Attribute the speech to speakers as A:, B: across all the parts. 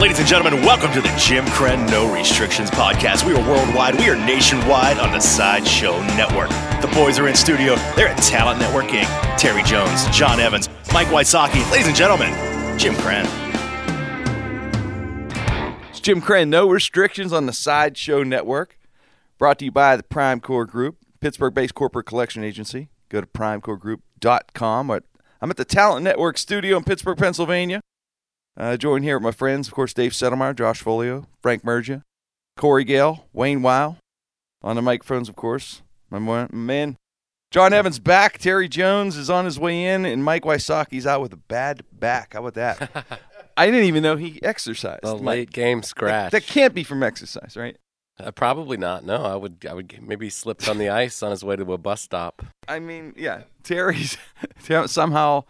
A: Ladies and gentlemen, welcome to the Jim Crenn No Restrictions Podcast. We are worldwide, we are nationwide on the Sideshow Network. The boys are in studio. They're at Talent Network Inc. Terry Jones, John Evans, Mike Wysocki. Ladies and gentlemen, Jim Crenn.
B: It's Jim Crane. No restrictions on the Sideshow Network. Brought to you by the Prime Core Group, Pittsburgh based corporate collection agency. Go to primecoregroup.com. But I'm at the Talent Network studio in Pittsburgh, Pennsylvania. Uh, joined here with my friends, of course, Dave Settlemeyer, Josh Folio, Frank Mergia, Corey Gale, Wayne Weil. On the microphones, of course, my mo- man, John Evans back. Terry Jones is on his way in, and Mike Wysocki's out with a bad back. How about that? I didn't even know he exercised.
C: The
B: Mike.
C: late game scratch.
B: That can't be from exercise, right?
C: Uh, probably not. No, I would. I would g- maybe he slipped on the ice on his way to a bus stop.
B: I mean, yeah, Terry's Ter- somehow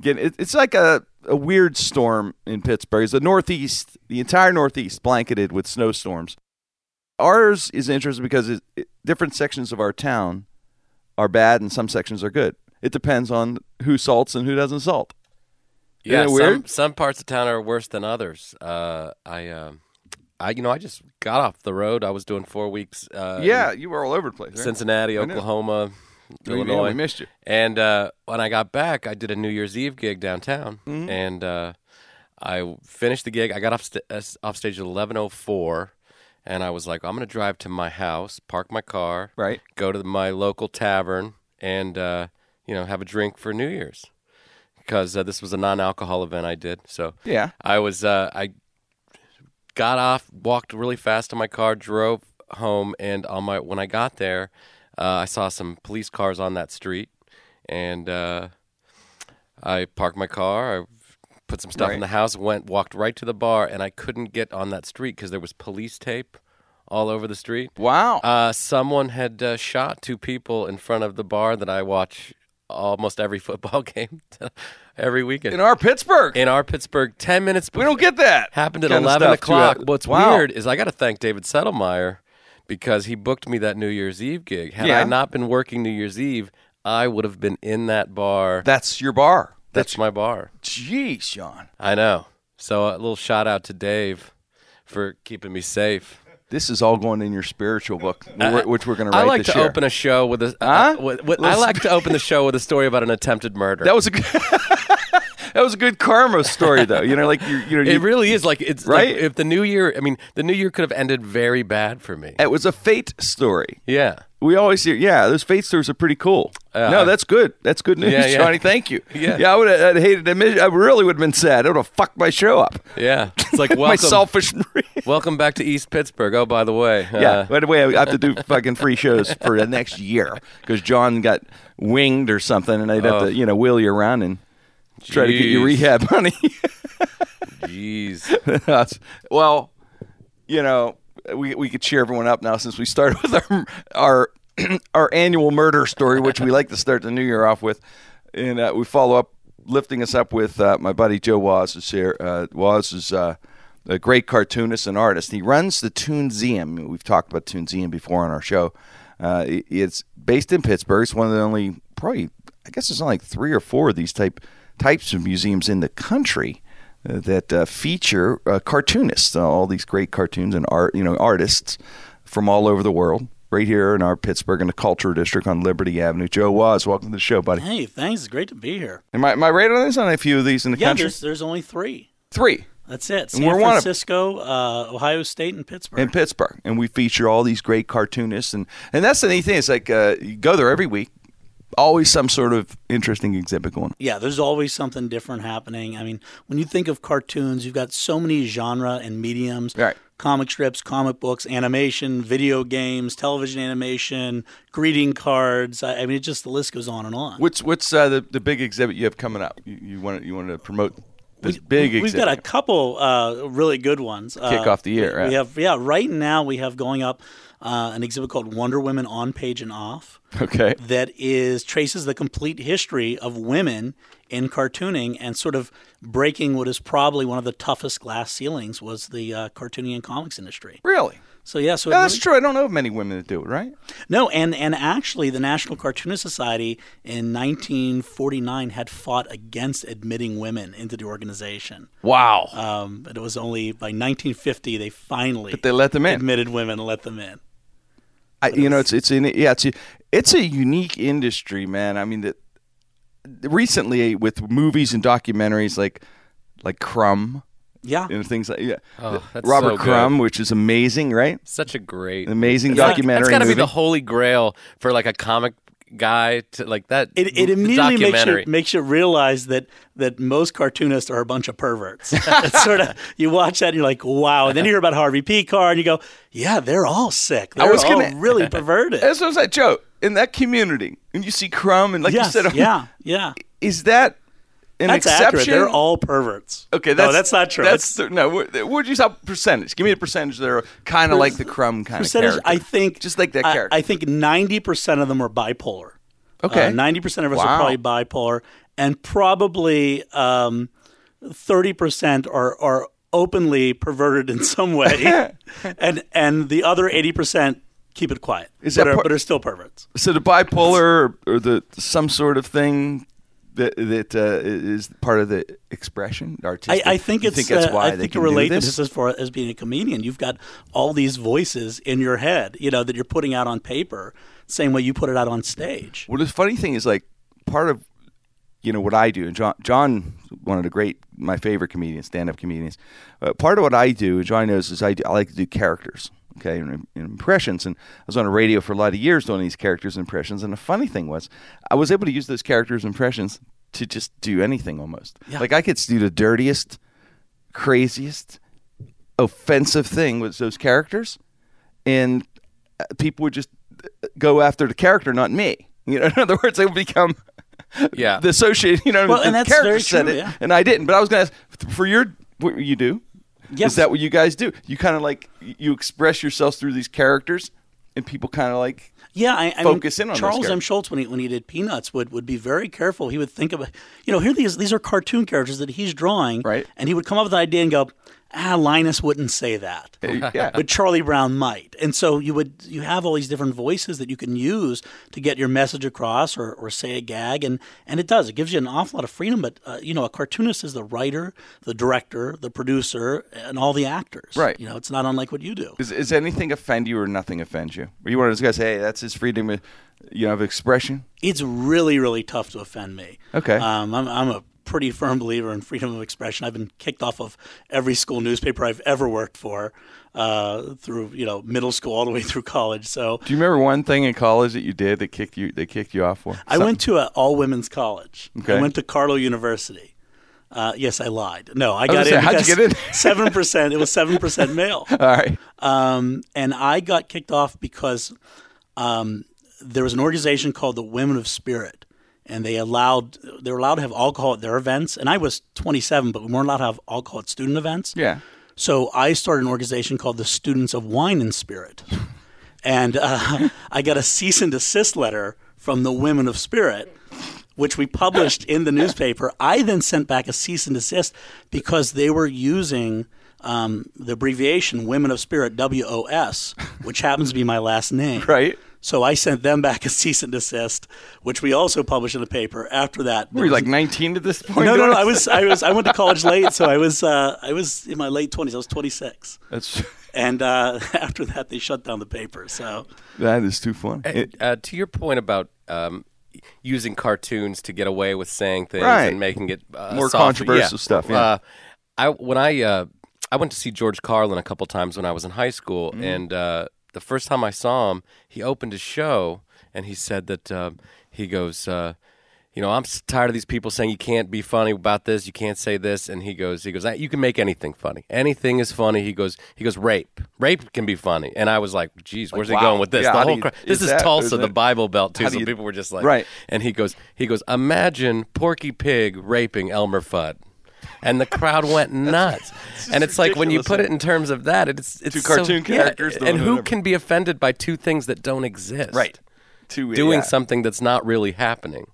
B: getting. It, it's like a, a weird storm in Pittsburgh. It's the Northeast, the entire Northeast, blanketed with snowstorms. Ours is interesting because it, it, different sections of our town are bad and some sections are good. It depends on who salts and who doesn't salt. Isn't
C: Yeah,
B: it
C: some
B: weird?
C: some parts of town are worse than others. Uh, I, um, I, you know, I just got off the road. I was doing four weeks. Uh,
B: yeah, you were all over the place.
C: in
B: right?
C: Cincinnati,
B: I know. We-
C: Oklahoma,
B: yeah,
C: Illinois.
B: we missed you.
C: And uh, when I got back, I did a New Year's Eve gig downtown,
B: Mm-hmm.
C: and uh, I finished the gig. I got off st- uh, off stage at eleven oh four, and I was like, I'm gonna drive to my house, park my car,
B: Right.
C: go to my local tavern, and uh, you know have a drink for New Year's, because uh, this was a non-alcohol event I did. So
B: Yeah.
C: I was uh, I got off, walked really fast to my car, drove home, and on my when I got there, uh, I saw some police cars on that street, and uh, I parked my car. I put some stuff
B: Right.
C: in the house, went walked right to the bar, and I couldn't get on that street because there was police tape all over the street.
B: Wow.
C: Uh, someone had uh, shot two people in front of the bar that I watch almost every football game every weekend
B: in our Pittsburgh,
C: in our Pittsburgh 10 minutes
B: we
C: before.
B: don't get that.
C: Happened at
B: kind of
C: 11
B: stuff too, uh,
C: o'clock. What's
B: wow.
C: weird is I got to thank David Settlemeyer because he booked me that New Year's Eve gig. Had
B: Yeah.
C: I not been working New Year's Eve, I would have been in that bar.
B: That's your bar.
C: That's my bar.
B: Jeez, Sean.
C: I know. So a little shout out to Dave for keeping me safe.
B: This is all going in your spiritual book, wh- which we're going Uh, to write
C: I like
B: this
C: to
B: year.
C: open a show with a.
B: Huh?
C: Uh, with, with- I
B: Listen-
C: like to open the show with a story about an attempted murder.
B: that was a good, that was a good karma story, though. You know, like you, you know, you-
C: it really is like it's like
B: Right?
C: if the new year. I mean, the new year could have ended very bad for me.
B: it was a fate story.
C: Yeah.
B: We always hear, yeah, those fate stories are pretty cool.
C: Uh,
B: no, that's good. That's good news,
C: Yeah, yeah.
B: Johnny. Thank you.
C: Yeah.
B: Uh-huh. yeah, I would have hated. to admit- I really would have been sad. I would have fucked my show up.
C: Yeah. It's like welcome.
B: my selfish.
C: Welcome back to East Pittsburgh. Oh, by the way, uh,
B: Yeah. By the way, I have to do fucking free shows for the next year because John got winged or something, and I'd have to, you know, wheel you around and try to get you
C: Jeez.
B: rehab money.
C: Uh, Jeez,
B: That's- well, you know, we we could cheer everyone up now since we started with our our our annual murder story, which we like to start the new year off with, and uh, we follow up lifting us up with uh, my buddy Joe Waz is here. Uh, Waz is. Uh, a great cartoonist and artist. He runs the Toonseum. We've talked about Toonseum before on our show. Uh, it- it's based in Pittsburgh. It's one of the only, probably, I guess there's only like three or four of these type types of museums in the country uh, that uh, feature uh, cartoonists, uh, all these great cartoons and art, you know, artists from all over the world. Right here in our Pittsburgh in the Culture District on Liberty Avenue. Joe Waz, welcome to the show, buddy.
D: Hey, thanks. It's great to be here.
B: Am I, am I right on this? On a few of these in the
D: Yeah,
B: country?
D: there's, there's only three.
B: Three.
D: That's it.
B: And
D: San
B: we're one of 'em.
D: Francisco, uh, Ohio State, and Pittsburgh.
B: in Pittsburgh, and we feature all these great cartoonists, and and that's the neat thing. It's like uh, you go there every week, always some sort of interesting exhibit going. on.
D: yeah, there's always something different happening. I mean, when you think of cartoons, you've got so many genre and mediums.
B: Right.
D: Comic strips, comic books, animation, video games, television animation, greeting cards. I, I mean, it just the list goes on and on.
B: What's what's uh, the the big exhibit you have coming up? You, you want you want to promote this big
D: We've
B: exhibit?
D: got a couple uh, really good ones. Kick
B: off the year, right?
D: We have yeah. Right now, we have going up uh, an exhibit called Wonder Women on Page and Off.
B: okay.
D: that is traces the complete history of women in cartooning and sort of breaking what is probably one of the toughest glass ceilings was the uh, cartooning and comics industry.
B: Really?
D: So yeah, so
B: No,
D: it
B: that's
D: really-
B: true. I don't know of many women that do it, right?
D: No, and and actually, the National Cartoonist Society in 1949 had fought against admitting women into the organization.
B: Wow.
D: Um, but it was only by 1950 they finally
B: they let them in.
D: admitted women and let them in.
B: I, you know, it's it's in, yeah, it's a- it's a unique industry, man. I mean, that recently with movies and documentaries like like Crumb
D: Yeah,
B: and things like yeah,
C: Oh, that's
B: Robert
C: so good.
B: Crumb, which is amazing, right?
C: Such a great
B: An amazing
C: It's like-
B: documentary.
C: That's got to be
B: movie.
C: the holy grail for like a comic guy to like that.
D: it, it
C: the
D: immediately makes
C: documentary.
D: you, makes you realize that that most cartoonists are a bunch of perverts. it's sort of you watch that and you're like, wow. And then you hear about Harvey P. Carr and you go, yeah, they're all sick. They're
B: was
D: all
B: gonna-
D: really perverted.
B: That's what I was like, Joe. In that community, and you see Crumb, and like
D: yes,
B: you said,
D: yeah, yeah.
B: is that an
D: That's
B: exception?
D: accurate. They're all perverts.
B: okay. That's
D: no, that's not true.
B: That's
D: That's
B: the, no. what- What'd you say? Percentage? Give me a percentage. that are kind of like the Crumb kind
D: percentage.
B: of character.
D: I think
B: just like that
D: I-
B: character.
D: I, think ninety percent of them are bipolar. Uh,
B: Okay.
D: ninety percent of us
B: Wow.
D: are probably bipolar, and probably um, thirty percent are are openly perverted in some way, and and the other eighty percent keep it quiet,
B: Is
D: but,
B: that
D: are,
B: par-
D: but are still perverts.
B: so the bipolar or, or the some sort of thing that that uh, is part of the expression.
D: I,
B: Artistic.
D: I think
B: You
D: it's.
B: that's
D: uh,
B: why
D: I
B: they
D: think
B: can
D: you relate
B: do
D: to
B: this.
D: this as far as being a comedian. You've got all these voices in your head, you know, that you're putting out on paper, same way you put it out on stage.
B: Well, the funny thing is, like, part of you know what I do, and John, John, one of the great, my favorite comedians, stand-up comedians. Uh, part of what I do, and John knows, is I, do, I like to do characters, okay, and, and impressions. And I was on the radio for a lot of years doing these characters and impressions. And the funny thing was, I was able to use those characters and impressions to just do anything almost. Like I could do the dirtiest, craziest, offensive thing with those characters, and uh, people would just uh, go after the character, not me. You know, in other words, they would become
C: Yeah.
B: the associated. You know,
D: Well,
B: the
D: and that's
B: character
D: very
B: said
D: true,
B: it,
D: yeah.
B: and I didn't. But I was gonna ask for your what you do.
D: Yes.
B: Is that what you guys do? You kind of like you express yourselves through these characters, and people kind of like
D: Yeah, I, I
B: focus
D: mean,
B: in on those
D: Charles M.
B: characters.
D: Schultz when he when he did Peanuts would would be very careful. He would think about you know here these these are cartoon characters that he's drawing,
B: Right.
D: And he would come up with an idea and go, ah, Linus wouldn't say that.
B: uh, yeah.
D: But Charlie Brown might, and so you would you have all these different voices that you can use to get your message across or, or say a gag, and and it does it gives you an awful lot of freedom. But uh, you know, a cartoonist is the writer, the director, the producer, and all the actors.
B: Right.
D: You know, it's not unlike what you do.
B: Is, is anything offend you or nothing offend you? Were you one of those guys? Hey, that's his freedom, of, you know, of expression.
D: it's really really tough to offend me
B: Okay.
D: um, I'm, I'm a pretty firm believer in freedom of expression i've been kicked off of every school newspaper i've ever worked for uh, through you know middle school all the way through college so
B: Do you remember one thing in college that you did that kicked you? They kicked you off for?
D: i went to an all women's college
B: Okay.
D: i went to carlo university uh, yes i lied no i
B: gonna
D: got
B: say,
D: in
B: how'd you get in?
D: seven percent it was seven percent male
B: All right.
D: um, and I got kicked off because um, there was an organization called the Women of Spirit, and they allowed they were allowed to have alcohol at their events. And I was 27, but we weren't allowed to have alcohol at student events.
B: Yeah.
D: So I started an organization called the Students of Wine and Spirit, and uh, I got a cease and desist letter from the Women of Spirit. Which we published in the newspaper. I then sent back a cease and desist because they were using um, the abbreviation Women of Spirit WOS, which happens to be my last name.
B: Right.
D: So I sent them back a cease and desist, which we also published in the paper. After that,
B: Were you like 19 at this point?
D: no, no,
B: doing
D: no. I
B: this?
D: was, I was, I went to college late, so I was, uh, I was in my late twenties. I was 26,
B: That's
D: and uh, after that, they shut down the paper. So
B: that is too fun. It-
C: uh, to your point about um, using cartoons to get away with saying things
B: Right.
C: and making it uh,
B: More
C: softer.
B: controversial stuff, yeah.
C: Uh, I when I uh, I went to see George Carlin a couple times when I was in high school,
B: Mm-hmm.
C: and uh, the first time I saw him, he opened his show and he said that uh, he goes. Uh, you know, I'm s- tired of these people saying you can't be funny about this, you can't say this, and he goes, he goes, you can make anything funny. Anything is funny. He goes, he goes, rape, rape can be funny. And I was like, geez, where's
B: wow.
C: he going with this?
B: Yeah, how
C: the
B: do
C: whole
B: you-
C: cra- this
B: is
C: is
B: that- is
C: Tulsa, the
B: that-
C: Bible Belt too.
B: How do
C: So
B: you-
C: people were just like,
B: Right.
C: And he goes, he goes, imagine Porky Pig raping Elmer Fudd. And the crowd went nuts, and it's like when you put it in terms of that, it's it's
B: Two
C: so-
B: cartoon
C: yeah,
B: characters doing
C: and who
B: whatever.
C: can be offended by two things that don't exist?
B: right. Too,
C: doing
B: yeah.
C: something that's not really happening.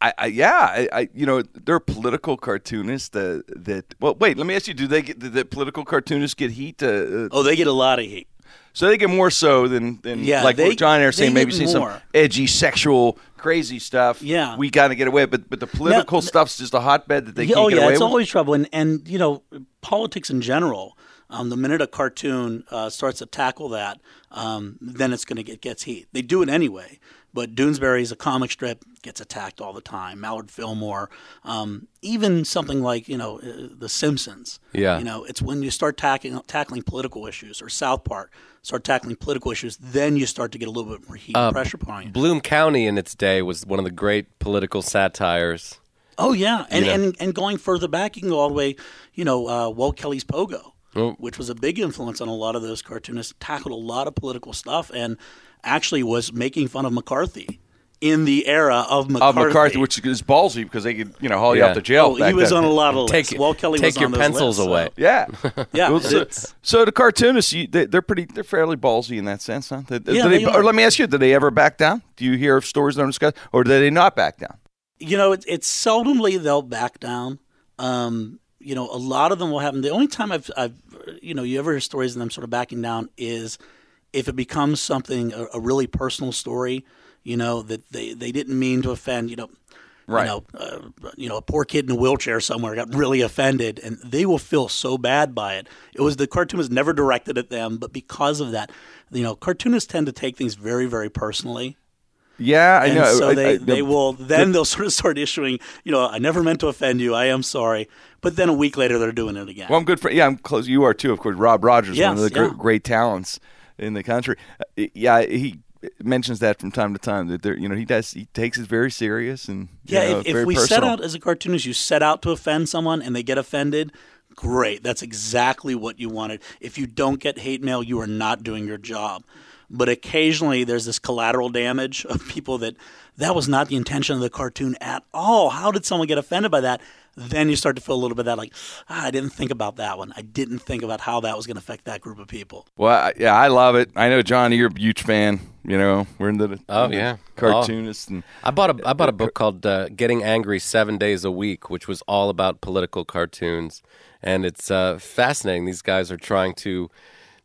B: I, I yeah, I, I you know there are political cartoonists that that. Well, wait, let me ask you: Do they get did the political cartoonists get heat? Uh, uh,
D: oh, they get a lot of heat.
B: So they get more so than, than
D: Yeah,
B: like
D: they-
B: what John and I are saying,
D: they
B: maybe
D: get
B: seeing some
D: more.
B: edgy, sexual, crazy stuff.
D: Yeah.
B: We got to get away. But but the political stuff's just a hotbed that they
D: Yeah,
B: can't
D: oh
B: get
D: yeah,
B: away
D: it's
B: with.
D: always trouble, and and you know politics in general. Um, the minute a cartoon uh, starts to tackle that, um, then it's going to get gets heat. They do it anyway, but Doonesbury is a comic strip gets attacked all the time. Mallard Fillmore, um, even something like you know uh, The Simpsons.
C: Yeah.
D: you know it's when you start tackling tackling political issues, or South Park start tackling political issues, then you start to get a little bit more heat
B: Uh,
D: and pressure upon you.
C: Bloom County in its day was one of the great political satires.
D: Oh yeah, and
C: Yeah.
D: and and going further back, you can go all the way, you know, uh, Walt Kelly's Pogo,
C: Oh.
D: which was a big influence on a lot of those cartoonists, tackled a lot of political stuff, and actually was making fun of McCarthy in the era of
B: Of
D: McCarthy.
B: McCarthy, which is ballsy because they could, you know, haul you
C: Yeah.
B: off to jail.
D: oh, he
B: back
D: was
B: then.
D: on a lot of lists.
C: Take
D: Walt Kelly
C: take
D: was
C: your
D: on those
C: pencils
D: lists, so-
C: away.
B: Yeah.
D: Yeah,
B: Well, so, so the cartoonists, you, they, they're pretty, they're fairly ballsy in that sense, huh? They-
D: Yeah,
B: do they-
D: they
B: or
D: are.
B: let me ask you, do they ever back down? Do you hear of stories that are discussed, or do they not back down?
D: you know, it's it's seldomly they'll back down. Um, you know, a lot of them will happen. The only time I've, I've, you know, you ever hear stories of them sort of backing down is if it becomes something a, a really personal story. You know that they, they didn't mean to offend. You know,
B: Right.
D: You know, uh, you know, a poor kid in a wheelchair somewhere got really offended, and they will feel so bad by it. It was the cartoon was never directed at them, but because of that, you know, cartoonists tend to take things very very personally.
B: Yeah, I
D: And
B: know.
D: so
B: I-
D: they,
B: I-
D: they will then they'll sort of start issuing, you know, I never meant to offend you. I am sorry. But then a week later they're doing it again.
B: Well, I'm good for yeah. I'm close. You are too, of course. Rob Rogers, one of
D: Yes,
B: the gr-
D: yeah.
B: great, talents in the country. Uh, yeah, he mentions that from time to time that there, you know, he does. He takes it very serious and you
D: yeah,
B: know,
D: if,
B: very
D: if we set
B: personal.
D: out as a cartoonist, you set out to offend someone and they get offended, great. That's exactly what you wanted. If you don't get hate mail, you are not doing your job. But occasionally there's this collateral damage of people that that was not the intention of the cartoon at all. How did someone get offended by that? Then you start to feel a little bit of that like, ah, I didn't think about that one. I didn't think about how that was going to affect that group of people.
B: Well, I- yeah, I love it. I know, Johnny, you're a huge fan. You know, we're into the
C: Oh,
B: into
C: yeah. Oh.
B: cartoonists and
C: I bought a I bought a book called uh, Getting Angry Seven Days a Week, which was all about political cartoons, and it's uh, fascinating. These guys are trying to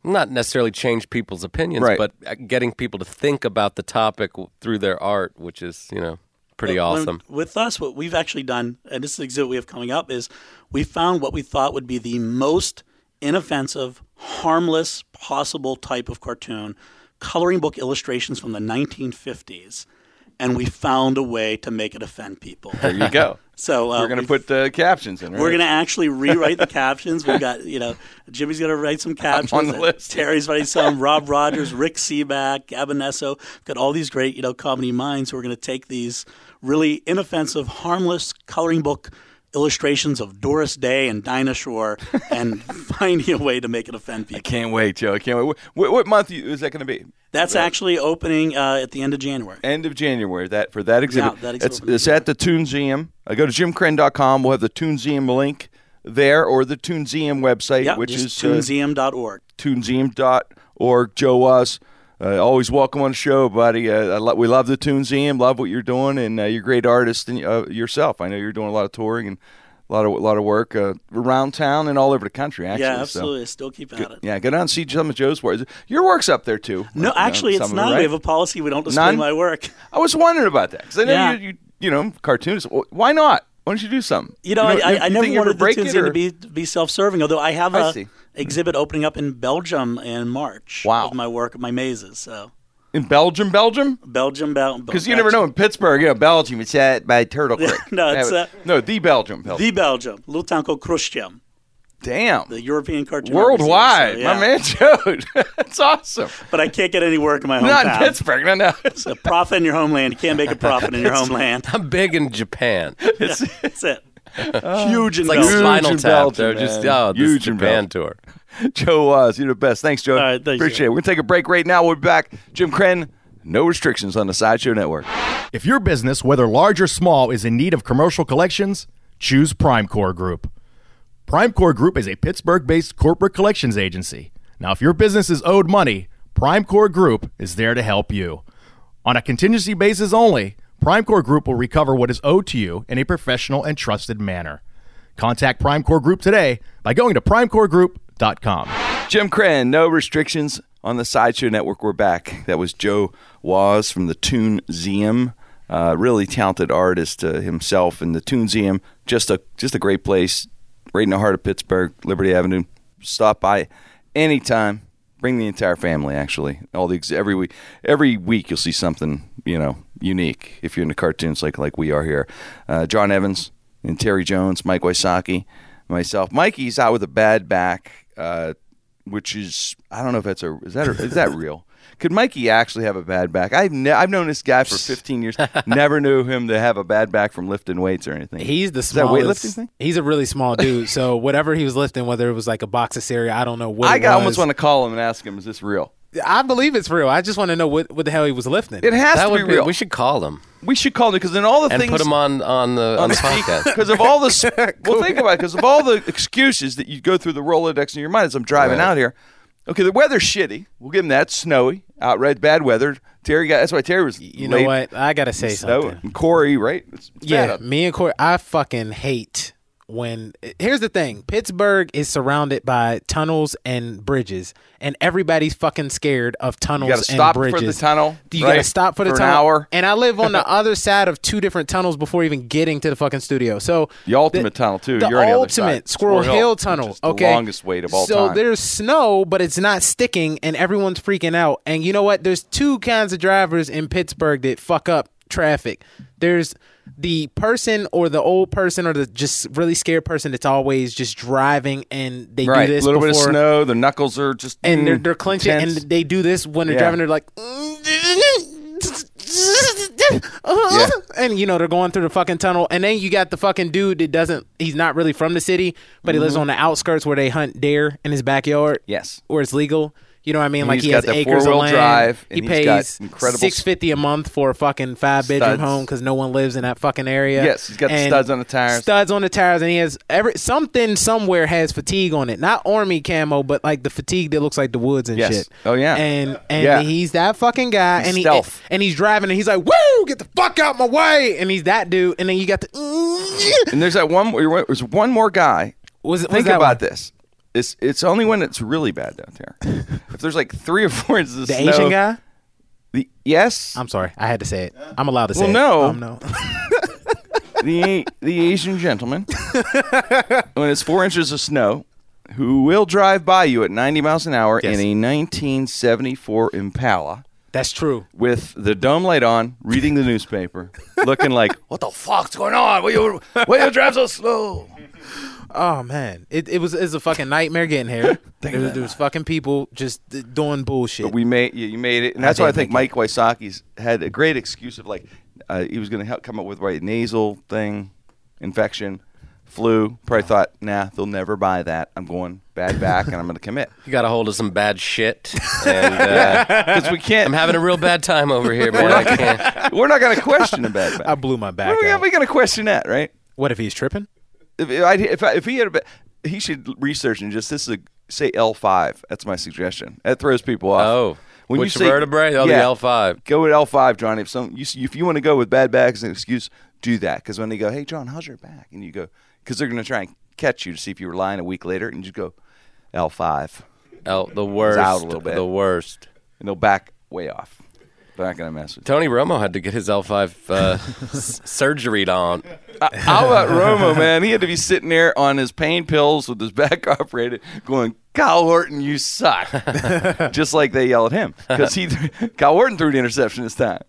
C: not necessarily change people's opinions,
B: Right.
C: but uh, getting people to think about the topic w- through their art, which is you know pretty
D: But when-
C: awesome.
D: with us, what we've actually done, and this is the exhibit we have coming up, is we found what we thought would be the most inoffensive, harmless possible type of cartoon, coloring book illustrations from the 1950s, and we found a way to make it offend people.
B: there you go.
D: So uh,
B: we're gonna
D: we-
B: put uh, captions in. Right?
D: We're gonna actually rewrite the captions. We've got you know Jimmy's gonna write some captions.
B: on the list.
D: Terry's writing some. Rob Rogers, Rick Seaback, Gabinesso. We've got all these great you know comedy minds who are gonna take these really inoffensive, harmless coloring book illustrations of Doris Day and Dinah Shore and find a way to make it offend people.
B: Can't wait, Joe. I can't wait. What, what month you- is that going to be?
D: That's actually opening uh, at the end of January.
B: end of January that for that exhibit.
D: that exhibit
B: it's,
D: will be
B: it's at the Toonseum. I go to jimcren.com. We'll have the Toonseum link there or the Toonseum website,
D: Yeah,
B: which is
D: just
B: uh,
D: toonseum.org.
B: toonseum.org. Joe was uh, always welcome on the show, buddy. Uh, I lo- we love the Toonseum. Love what you're doing, and uh, you're a great artist and, uh, yourself. I know you're doing a lot of touring and a lot of a lot of work uh, around town and all over the country. Actually,
D: Yeah,
B: So,
D: absolutely. Still keep at it.
B: Yeah, go down and see some of Joe's work. Your work's up there too.
D: No,
B: You know,
D: actually,
B: some
D: it's
B: of it,
D: not.
B: right?
D: We have a policy we don't display
B: None?
D: my work.
B: I was wondering about that because I know
D: Yeah.
B: you, you, you know, cartoonist. Wh- Why not? Why don't you do something?
D: You know, I, I, I
B: you
D: never
B: think you'd
D: wanted the
B: break
D: Toon
B: it,
D: Zine
B: or-
D: to be to be self-serving. Although I have
B: I
D: a
B: see.
D: exhibit opening up in Belgium in March.
B: Wow.
D: of my work, of my mazes. So
B: in Belgium, Belgium.
D: Belgium, Belgium.
B: Because you never know in Pittsburgh, you know, Belgium. It's at by Turtle Creek.
D: no, it's,
B: Yeah,
D: uh,
B: but- no, the Belgium. Belgium.
D: The Belgium, little town called Krushchem,
B: Damn,
D: the European cartoon. Art Museum. So,
B: worldwide,
D: yeah.
B: my man Joe. That's awesome.
D: But I can't get any work in my
B: Not
D: hometown.
B: in Pittsburgh. No, no. It's,
D: A profit in your homeland. You can't make a profit in your homeland.
C: I'm big in Japan. It's
B: it's,
D: That's it.
B: Oh.
D: Huge in
C: like
D: Belgium.
C: Spinal
B: in
C: Tap.
B: Belgium,
C: They're just
B: man.
C: oh, this
B: Huge in
C: Japan tour.
B: Joe was. You're the best. Thanks, Joe.
D: All right, thanks,
B: Appreciate it. We're going to take a break right now. We'll be back. Jim Crenn, no restrictions on the Sideshow Network.
E: If your business, whether large or small, is in need of commercial collections, choose Primecore Group. Primecore Group is a Pittsburgh based corporate collections agency. Now, if your business is owed money, Primecore Group is there to help you. On a contingency basis only, Primecore Group will recover what is owed to you in a professional and trusted manner. Contact Primecore Group today by going to primecoregroup.com.
B: Jim Crenn, no restrictions on the Sideshow Network. We're back. That was Joe Waz from the Toonseum. Uh, really talented artist uh, himself, and the Toonseum just a just a great place, right in the heart of Pittsburgh, Liberty Avenue. Stop by anytime. Bring the entire family. Actually, all the ex- every week, every week you'll see something you know unique. If you're into cartoons like like we are here, uh, John Evans and Terry Jones, Mike Wysocki, myself. Mikey's out with a bad back. Uh, which is I don't know if that's a is that a, is that real? Could Mikey actually have a bad back? I've ne- I've known this guy for 15 years. Never knew him to have a bad back from lifting weights or anything.
F: He's the
B: Is that
F: smallest.
B: weightlifting thing?
F: He's a really small dude. So whatever he was lifting, whether it was like a box of cereal, I don't know what
B: I
F: it
B: got-
F: was.
B: almost want to call him and ask him, is this real?
F: I believe it's real. I just want to know what, what the hell he was lifting.
B: It has to
C: That
B: be
C: would be.
B: real.
C: We should call them
B: we should call him because then all the
C: and
B: things
C: put them on on the on the podcast.
B: because of all the sp- well think about it because of all the excuses that you go through the rolodex in your mind as i'm driving out here okay the weather's shitty we'll give him that snowy outright bad weather terry got that's why terry was
F: you know what? I gotta say
B: snow
F: something.
B: and corey right It's- it's bad
F: yeah,
B: up.
F: me and Corey, I fucking hate when. Here's the thing: Pittsburgh is surrounded by tunnels and bridges, and everybody's fucking scared of tunnels
B: You got
F: and
B: to stop for
F: bridges.
B: the tunnel.
F: You
B: right?
F: gotta stop for the
B: an
F: tunnel.
B: hour.
F: And I live on the other side of two different tunnels before even getting to the fucking studio. So
B: The ultimate tunnel, too.
F: The
B: You're on the other
F: ultimate
B: side.
F: Squirrel,
B: Squirrel
F: Hill,
B: Hill, which
F: tunnel.
B: is the
F: okay,
B: longest wait of all
F: so
B: time.
F: there's snow, but it's not sticking, and everyone's freaking out. And you know what? There's two kinds of drivers in Pittsburgh that fuck up traffic. There's the person or the old person or the just really scared person that's always just driving and they
B: Right,
F: do this
B: a little bit
F: before-
B: of snow. The knuckles are just
F: and they're
B: mm,
F: they're clenching
B: tense.
F: and they do this when they're
B: Yeah.
F: driving. They're like, and you know they're going through the fucking tunnel. And then you got the fucking dude that doesn't. He's not really from the city, but he lives on the outskirts where they hunt deer in his backyard.
B: Mm-hmm. Yes.
F: where it's legal. You know what I mean? like
B: he's
F: he
B: got
F: has
B: that
F: acres of
B: four-wheel
F: land.
B: drive,
F: he
B: and he's got
F: pays
B: incredible
F: six fifty a month for a fucking five bedroom
B: studs.
F: home because no one lives in that fucking area.
B: Yes, he's got the
F: And
B: studs on the tires.
F: studs on the tires, and he has every something somewhere has fatigue on it. Not army camo, but like the fatigue that looks like the woods and
B: Yes.
F: shit.
B: Oh, yeah.
F: and and
B: Yeah.
F: he's that fucking guy,
B: He's
F: and he
B: stealth.
F: and he's driving, and he's like, "Woo, get the fuck out my way!" And he's that dude, and then you got the
B: And there's that one. There's one more guy.
F: Was- was
B: think
F: that
B: about
F: one?
B: this? It's it's only when it's really bad down there. if there's like three or four inches of
F: the
B: snow,
F: Asian guy.
B: the- yes,
F: I'm sorry, I had to say it. I'm allowed to say
B: Well,
F: it.
B: no.
F: Um, no.
B: the the Asian gentleman. when it's four inches of snow, who will drive by you at 90 miles an hour in a 1974 Impala
F: That's true.
B: with the dome light on, reading the newspaper, looking like what the fuck's going on? Why you why you drive so slow?
F: Oh man, it, it was it was a fucking nightmare getting here. there, was, there was fucking people just d- doing bullshit.
B: But we made you, you made it, and that's why I
F: did
B: think Mike Wysocki's had a great excuse of like uh, he was going to help come up with right nasal thing, infection, flu. Probably thought, nah, they'll never buy that. I'm going bad back, and I'm going to commit
C: You got a hold of some bad shit, and uh,
B: because we can't.
C: I'm having a real bad time over here, man. I can't.
B: we're not going to question a bad back.
F: I blew my back.
B: We're
F: out.
B: going to question that, right?
F: What if he's tripping?
B: If if, I, if, I, if he had a, ba- he should research and just this is a say L five. That's my suggestion. That throws people off.
C: Oh,
B: When you
C: which
B: say-
C: vertebrae? Oh,
B: Yeah.
C: the L5.
B: Go with L five, Johnny. If some you, if you want to go with bad back as an excuse, do that. Because when they go, hey John, how's your back? And you go, because they're going to try and catch you to see if you were lying a week later, and you just go L five,
C: L, the worst.
B: out a little bit.
C: The worst.
B: and they'll back way off. They're not going to mess with you.
C: Tony Romo had to get his L5 uh, s- surgeried on.
B: How about Romo, man? He had to be sitting there on his pain pills with his back operated, going, Kyle Horton, you suck. Just like they yell at him. Because he, Kyle Horton threw the interception this time.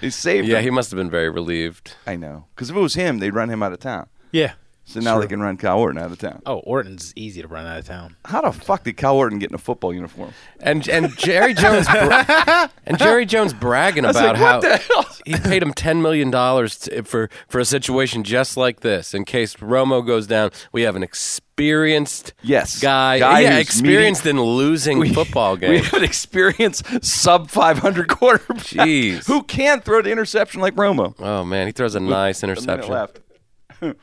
B: He saved
C: Yeah,
B: him.
C: he must have been very relieved.
B: I know. Because if it was him, they'd run him out of town.
F: Yeah.
B: So now they can run Kyle Horton out of town.
F: Oh, Orton's easy to run out of town.
B: How the fuck did Kyle Horton get in a football uniform?
C: And and Jerry Jones bra- and Jerry Jones bragging about
B: like, what the
C: how
B: hell?
C: he paid him ten million dollars for for a situation just like this. In case Romo goes down, we have an experienced
B: Yes.
C: guy,
B: Guy
C: yeah,
B: who's
C: experienced in losing football
B: We
C: games.
B: have an experienced sub 500 quarterback
C: Jeez.
B: who can throw the interception like Romo.
C: oh man, he throws a nice
B: A minute
C: interception.
B: left.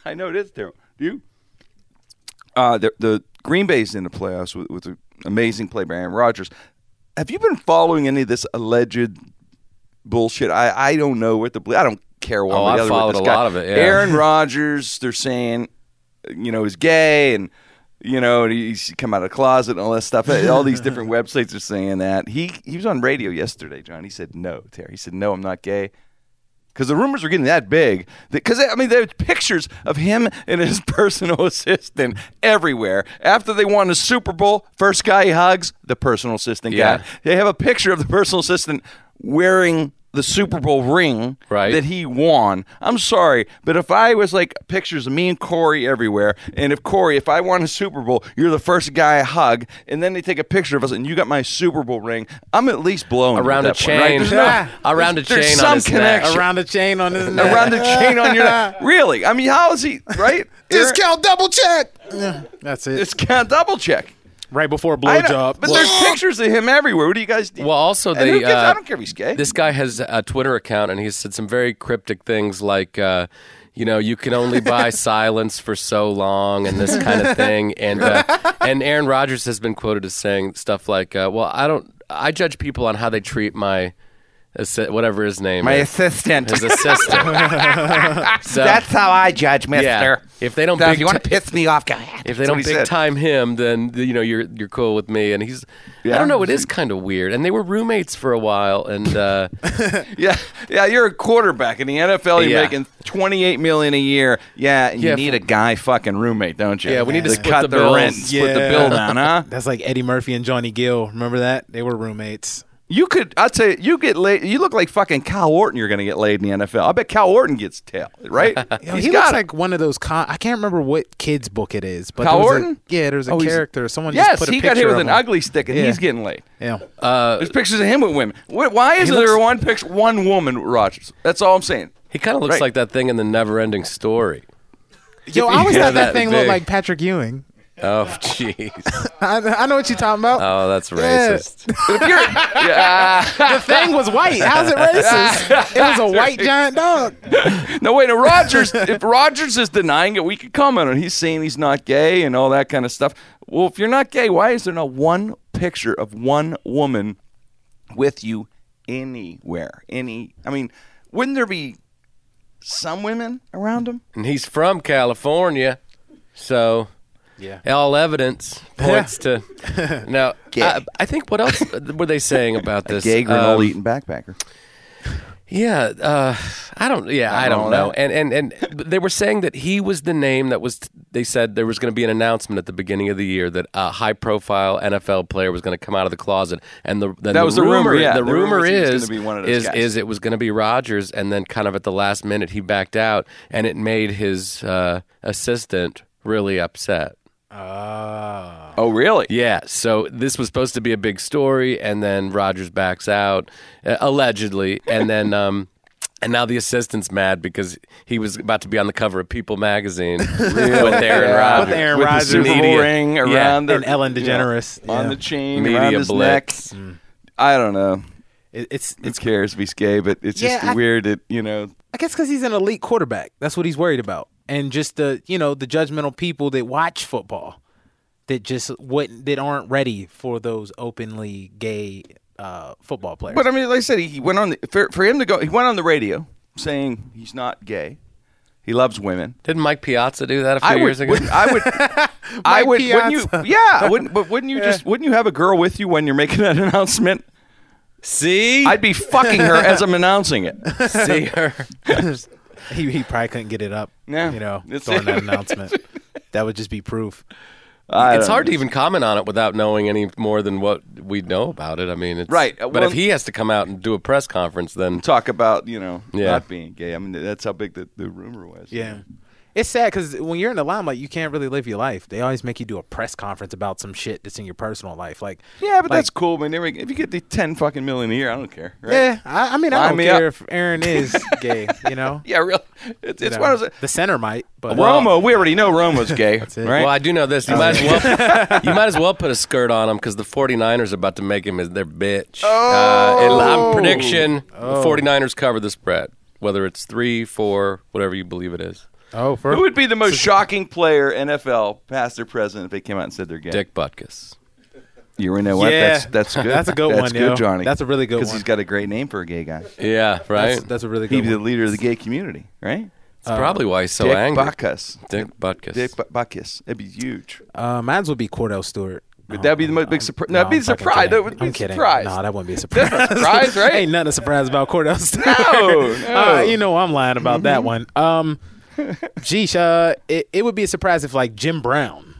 B: I know it is terrible. Do you? Uh, the, the Green Bay's in the playoffs with, with an amazing play by Aaron Rodgers. Have you been following any of this alleged bullshit? I, I don't know what the I don't care one
C: Oh,
B: way or the other
C: I
B: with
C: followed
B: this
C: a
B: guy.
C: lot of it, yeah.
B: Aaron Rodgers, they're saying, you know, is gay and you know, and he's come out of the closet and all that stuff. All these different websites are saying that. He he was on radio yesterday, John. He said no, Terry. He said no, I'm not gay. Because the rumors were getting that big. Because, I mean, there's pictures of him and his personal assistant everywhere. After they won the Super Bowl, first guy he hugs, the personal assistant
C: Yeah.
B: guy. They have a picture of the personal assistant wearing the Super Bowl ring
C: Right.
B: that he won. I'm sorry, but if I was like pictures of me and Corey everywhere, and if Corey, if I won a Super Bowl, you're the first guy I hug, and then they take a picture of us and you got my Super Bowl ring, I'm at least blown. at
C: Around a
B: that point, right?
C: chain.
B: There's no-
C: Yeah. Around a
B: there's
C: chain on
B: some
C: his neck.
B: connection
F: around a chain on his neck.
B: around the chain on your neck. Really? I mean, how is he right?
G: Discount double check.
F: That's it.
B: Discount double check.
F: right before a
B: I know,
F: blowjob.
B: but there's pictures of him everywhere. What do you guys?
C: Well, also
B: and
C: they.
B: who gives-
C: uh,
B: I don't care if he's gay.
C: This guy has a Twitter account, and he's said some very cryptic things like, uh, you know, you can only buy silence for so long, and this kind of thing. And uh, and Aaron Rodgers has been quoted as saying stuff like, uh, "Well, I don't. I judge people on how they treat my." assi- Whatever his name is.
B: assistant.
C: his assistant. So,
B: how I judge,
C: yeah. If they don't big ti-
B: piss me off, go ahead.
C: if they don't big time him, then you know you're you're cool with me. And he's I
B: Yeah.
C: don't know. It is kind of weird. And they were roommates for a while. And uh,
B: Yeah, yeah. You're a quarterback in the NFL. You're
C: Yeah.
B: making 28 million a year. Yeah, and
C: Yeah,
B: you need
C: for-
B: a guy fucking roommate, don't you?
C: Yeah, we need to split
B: cut
C: the
B: the,
C: bills.
B: rent, split the
F: Yeah.
B: bill down, huh?
F: That's like Eddie Murphy and Johnny Gill. Remember that? They were roommates.
B: You could, I'd say, you get laid. You look like fucking Cal Orton. You're going to get laid in the NFL. I bet Cal Orton gets tail, right?
F: he
B: He's
F: looks
B: got it.
F: like one of those. Con- I can't remember what kids book it is, but
B: Kyle
F: there was
B: Orton?
F: A, yeah, there's a
B: Oh, he's-
F: character. Someone
B: yes,
F: just put a
B: he
F: picture
B: got hit with
F: of
B: an
F: him.
B: ugly stick, and
F: Yeah.
B: he's getting laid.
F: Yeah. Uh,
B: There's pictures of him with women. Wh- Why is there
C: looks-
B: one picture, one woman, with Rogers? That's all I'm saying.
C: he kind of looks
B: Right.
C: like that thing in the Never-Ending Story.
F: Yo, I always
C: Yeah,
F: thought that
C: that
F: thing
C: big.
F: looked like Patrick Ewing.
C: Oh, jeez.
F: I, I know what you're talking about.
C: Oh, that's racist.
B: But if you're, yeah,
F: the thing was white. How's it racist? it was a white giant dog.
B: no wait, no, Rogers. if Rogers is denying it, we could comment on. it. He's saying he's not gay and all that kind of stuff. Well, if you're not gay, why is there not one picture of one woman with you anywhere? Any? I mean, wouldn't there be some women around him?
C: And he's from California, so yeah, all evidence points to. Now, I, I think what else were they saying about this?
B: Gay granola
C: Um,
B: eating backpacker.
C: Yeah, uh, I don't. Yeah, I don't know. And and and but they were saying that he was the name that was. They said there was going to be an announcement at the beginning of the year that a high-profile NFL player was going to come out of the closet, and the then
B: That was the rumor, yeah.
C: The,
B: The rumor
C: rumor,
B: was he was
C: is
B: gonna be one of those
C: is
B: guys.
C: is it was going to be Rodgers, and then kind of at the last minute he backed out, and it made his uh, assistant really upset.
B: Oh, really?
C: Yeah, so this was supposed to be a big story, and then Rogers backs out uh, allegedly, and then um, and now the assistant's mad because he was about to be on the cover of People magazine with Aaron Rodgers,
F: With Aaron
B: uh, With the
F: Rodgers.
B: Super Bowl
C: Media.
B: ring
C: Yeah,
B: around the-
F: and Ellen DeGeneres.
B: on
F: Yeah.
B: the chain around
C: media
B: his
C: blitz.
B: neck. I don't know.
F: It- it's
B: Who cares if he's gay? But it's
F: Yeah,
B: just
F: I-
B: weird that you know.
F: I guess because he's an elite quarterback. That's what he's worried about. And just the you know the judgmental people that watch football that just wouldn't that aren't ready for those openly gay uh, football players.
B: But I mean, like I said, he went on the, for for him to go. He went on the radio saying he's not gay. He loves women.
C: Didn't Mike Piazza do that a few
B: I would,
C: years ago?
B: wouldn't- I would, I would, wouldn't you,
F: Piazza.
B: yeah, wouldn't, but wouldn't you just, wouldn't you have a girl with you when you're making that announcement?
C: See,
B: I'd be fucking her as I'm announcing it.
C: see her.
F: he he probably couldn't get it up.
B: Yeah.
F: you know
B: It's-
F: during that announcement. That would just be proof.
B: I
C: It's
B: don't
C: hard
B: know.
C: to even comment on it without knowing any more than what we know about it. I mean, it's,
B: Right, uh,
C: but
B: well-
C: if he has to come out and do a press conference, then
B: talk about, you know,
C: Yeah.
B: not being gay. I mean, that's how big the, the rumor was.
F: Yeah. It's sad because when you're in the limelight, you can't really live your life. They always make you do a press conference about some shit that's in your personal life. Like,
B: Yeah, but
F: like,
B: that's cool, man. They were- If you get the 10 fucking million a year, I don't care. Right?
F: yeah. I, I mean, I
B: Line
F: don't
B: me
F: care
B: up.
F: if Aaron is gay. You know,
B: Yeah, real. It's, it's
F: You
B: one
F: know,
B: of those.
F: the center might, but
B: Roma, we already know Roma's gay,
F: it.
B: right?
C: Well, I do know this. You might as well you might as well put a skirt on him because the 49ers are about to make him his- their bitch. Oh. Uh, and I'm prediction the 49ers cover the spread, whether it's three, four, whatever you believe it is.
F: oh, for
B: Who would be the most shocking player NFL, past or present, if they came out and said they're gay?
C: Dick Butkus.
B: You know what? That's that's good.
F: That's a good
B: that's
F: one,
B: good,
F: yo.
B: Johnny.
F: That's a really good
B: Because
F: one.
B: he's got a great name for a gay guy.
C: Yeah, right.
F: That's, that's a really
B: He'd
F: good
B: be the
F: one.
B: leader of the gay community, right?
C: It's probably why he's so
B: Dick
C: angry.
B: Bacchus.
C: Dick Butkus.
B: Dick Ba- Bacchus. It'd be huge.
F: Uh, mine's would be Cordell Stewart.
B: But that'd be the most big surprise. No, it'd be
F: I'm
B: a
F: fucking
B: surprise.
F: kidding.
B: That would be
F: I'm
B: a
F: kidding.
B: surprise.
F: No, that wouldn't be a surprise.
B: That's a surprise, right?
F: Ain't nothing a surprise about Cordell Stewart.
B: No,
F: Uh,
B: no. Mm-hmm.
F: you know I'm lying about that one. Um, geesh, uh, it, it would be a surprise if like Jim Brown.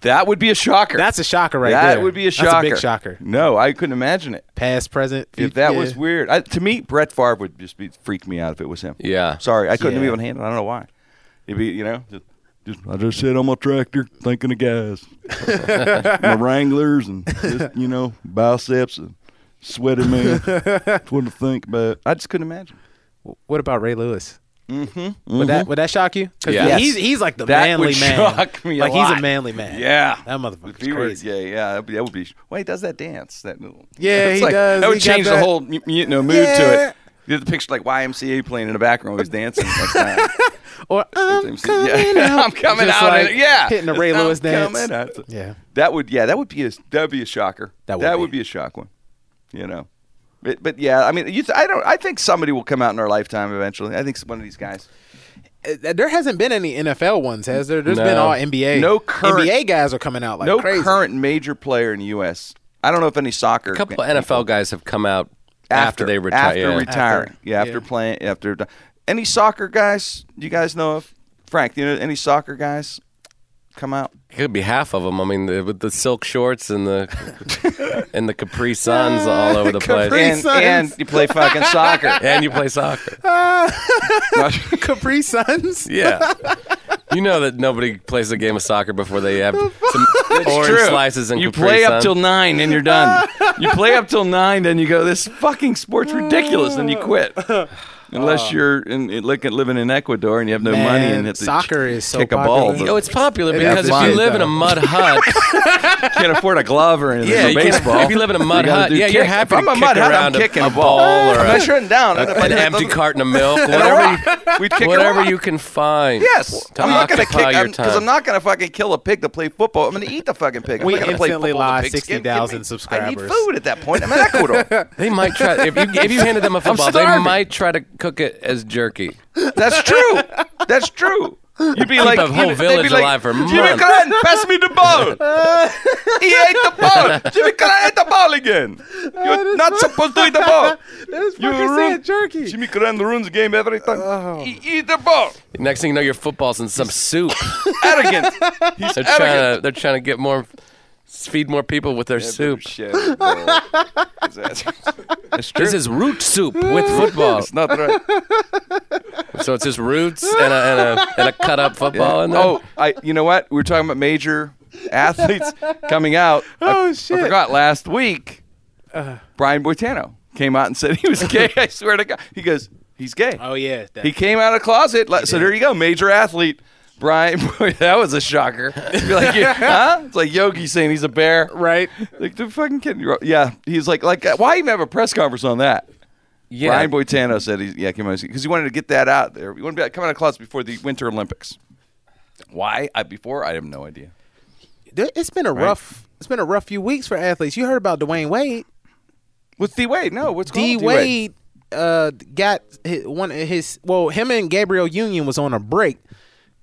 B: That would be a shocker.
F: That's a shocker right
B: that
F: there.
B: would be a
F: That's
B: shocker.
F: big shocker.
B: No, I couldn't imagine it.
F: Past, present.
B: If that
F: yeah.
B: was weird, I, to me, Brett Favre would just be freak me out if it was him.
C: Yeah.
B: Sorry, I couldn't
F: Yeah.
B: even handle. it. I don't know why. It'd be you know. Just, just, I just sit on my tractor thinking of guys, my Wranglers, and just, you know biceps and sweaty man. That's what to think about. I just couldn't imagine.
F: What about Ray Lewis? Mm-hmm. Would that would that shock you? 'Cause
C: Yeah.
F: he's he's like the
B: That
F: manly
B: would
F: man.
B: shock me a
F: like he's
B: lot.
F: a manly man.
B: Yeah.
F: that
B: If
F: motherfucker's
B: he were-
F: crazy.
B: yeah, yeah, that'd be- that would be. Well, he does that dance. That little.
F: Yeah,
B: It's
F: he does.
B: That would
F: He got
B: change
F: that-
B: the whole mu- you know mood to
F: Yeah.
B: it. You have the picture like YMCA playing in the background while he's dancing. next time.
F: Or I'm
B: James-
F: coming
B: yeah.
F: out.
B: I'm coming
F: Just
B: out. in
F: like
B: it. yeah,
F: hitting the Ray
B: I'm
F: Lewis dance.
B: coming out.
F: Yeah.
B: that would. Yeah, that would be a that would be a shocker.
F: That would be.
B: would be a shock one. You know, but, but yeah, I mean, you th- I don't. I think somebody will come out in our lifetime eventually. I think one of these guys.
F: Uh, There hasn't been any NFL ones, has there? There's been
C: No.
F: all NBA.
B: No current-
F: NBA guys are coming out like
B: no
F: crazy.
B: current major player in the U.S. I don't know if any soccer.
C: A couple of NFL guys have come out after, they retire.
B: after
C: yeah.
B: retiring,
F: After,
B: yeah, after
F: yeah.
B: playing, after any soccer guys you guys know of? Frank, do you know any soccer guys come out?
C: It could be half of them. I mean, the, with the silk shorts and the and the Capri Suns all over the place.
F: Capri-
B: And,
F: Suns.
B: and you play fucking soccer.
C: And you play soccer.
F: Capri Suns.
C: Yeah. You know that nobody plays a game of soccer before they have some orange slices and
B: you
C: Capri
B: play
C: Sun.
B: up till nine, and you're done. you play up till nine, then you go. This fucking sport's ridiculous, and you quit.
C: Ah.
B: Unless you're in, in- like, living in Ecuador and you have no
F: Man,
B: money and have to
F: soccer
B: ch-
F: is so
B: kick a
F: popular.
B: ball,
F: You
C: Oh,
B: but
C: it's popular
F: is
C: because if
B: fine,
C: you live in a
F: though.
C: mud hut,
B: can't afford a glove or anything.
C: yeah,
B: no
C: you can't-
B: baseball.
C: if you live in a mud
B: gotta
C: hut,
B: do
C: yeah, you're
B: kick.
C: happy
B: If I'm
C: to
B: a
C: kick
B: mud hut, I'm
C: around a-
B: kicking
C: a,
B: a
C: ball,
B: ball.
C: or
B: I'm
C: a-
B: not shutting down. I don't-
C: an
B: I don't-
C: empty carton of milk,
B: Whatever,
C: whatever you,
B: you- we'd kick a
C: whatever
B: rock.
C: you can find.
B: Yes,
C: to
B: I'm not gonna
C: occupy your
B: kick because
C: time.
B: I'm not gonna fucking kill a pig to play football. I'm gonna eat the fucking pig. I'm
F: We
B: not gonna play
F: instantly
B: football with a
F: lost
B: pig skin.
F: 60,000
B: Give me- I
F: subscribers.
B: need food at that point. I'm in Ecuador.
C: They might try if you if you handed them a football, they
B: starving.
C: might try to cook it as jerky.
B: That's true. That's true. You'd be like
C: a whole
B: you'd- they'd
C: village
B: be like,
C: alive for
B: Jimmy
C: months."
B: Clan, pass me the ball. he ate the ball. Jimmy Clan ate the ball again. You're not supposed to eat the ball.
F: This
B: You
F: fucker
B: ruin-
F: said jerky. Oh.
B: Jimmy Clan ruins the game every time. He eat the ball.
C: Next thing you know, your football's in some soup.
B: Arrogant. He's
C: They're trying
B: arrogant.
C: to they're trying to get more feed more people with their soup.
B: Shit, bro. That's true.
C: This is root soup with football.
B: It's not right.
C: So it's just roots and a, and a, and a cut up football. in there.
B: Oh, I. You know what? We were talking about major athletes coming out. Oh I, shit! I forgot last week. Brian Boitano came out and said he was gay. I swear to God, he goes, he's gay.
F: Oh yeah. that-
B: He came out of closet. Like, So there you go, major athlete. Brian, boy, that was a shocker. You're like, yeah, huh? It's like Yogi saying he's a bear.
F: right.
B: Like, the fucking kidding. you. Yeah, he's like, like, why even have a press conference on that?
C: yeah.
B: Brian Boitano said he yeah came out because he wanted to get that out there. He wanted to be coming out of clouds before the Winter Olympics. Why? I, before I have no idea.
F: There- It's been a rough. It's been a rough few weeks for athletes. You heard about Dwayne Wade.
B: With D Wade, no. What's going on
F: D
B: with D Wade?
F: Wade uh, got his, one of his well, him and Gabriel Union was on a break.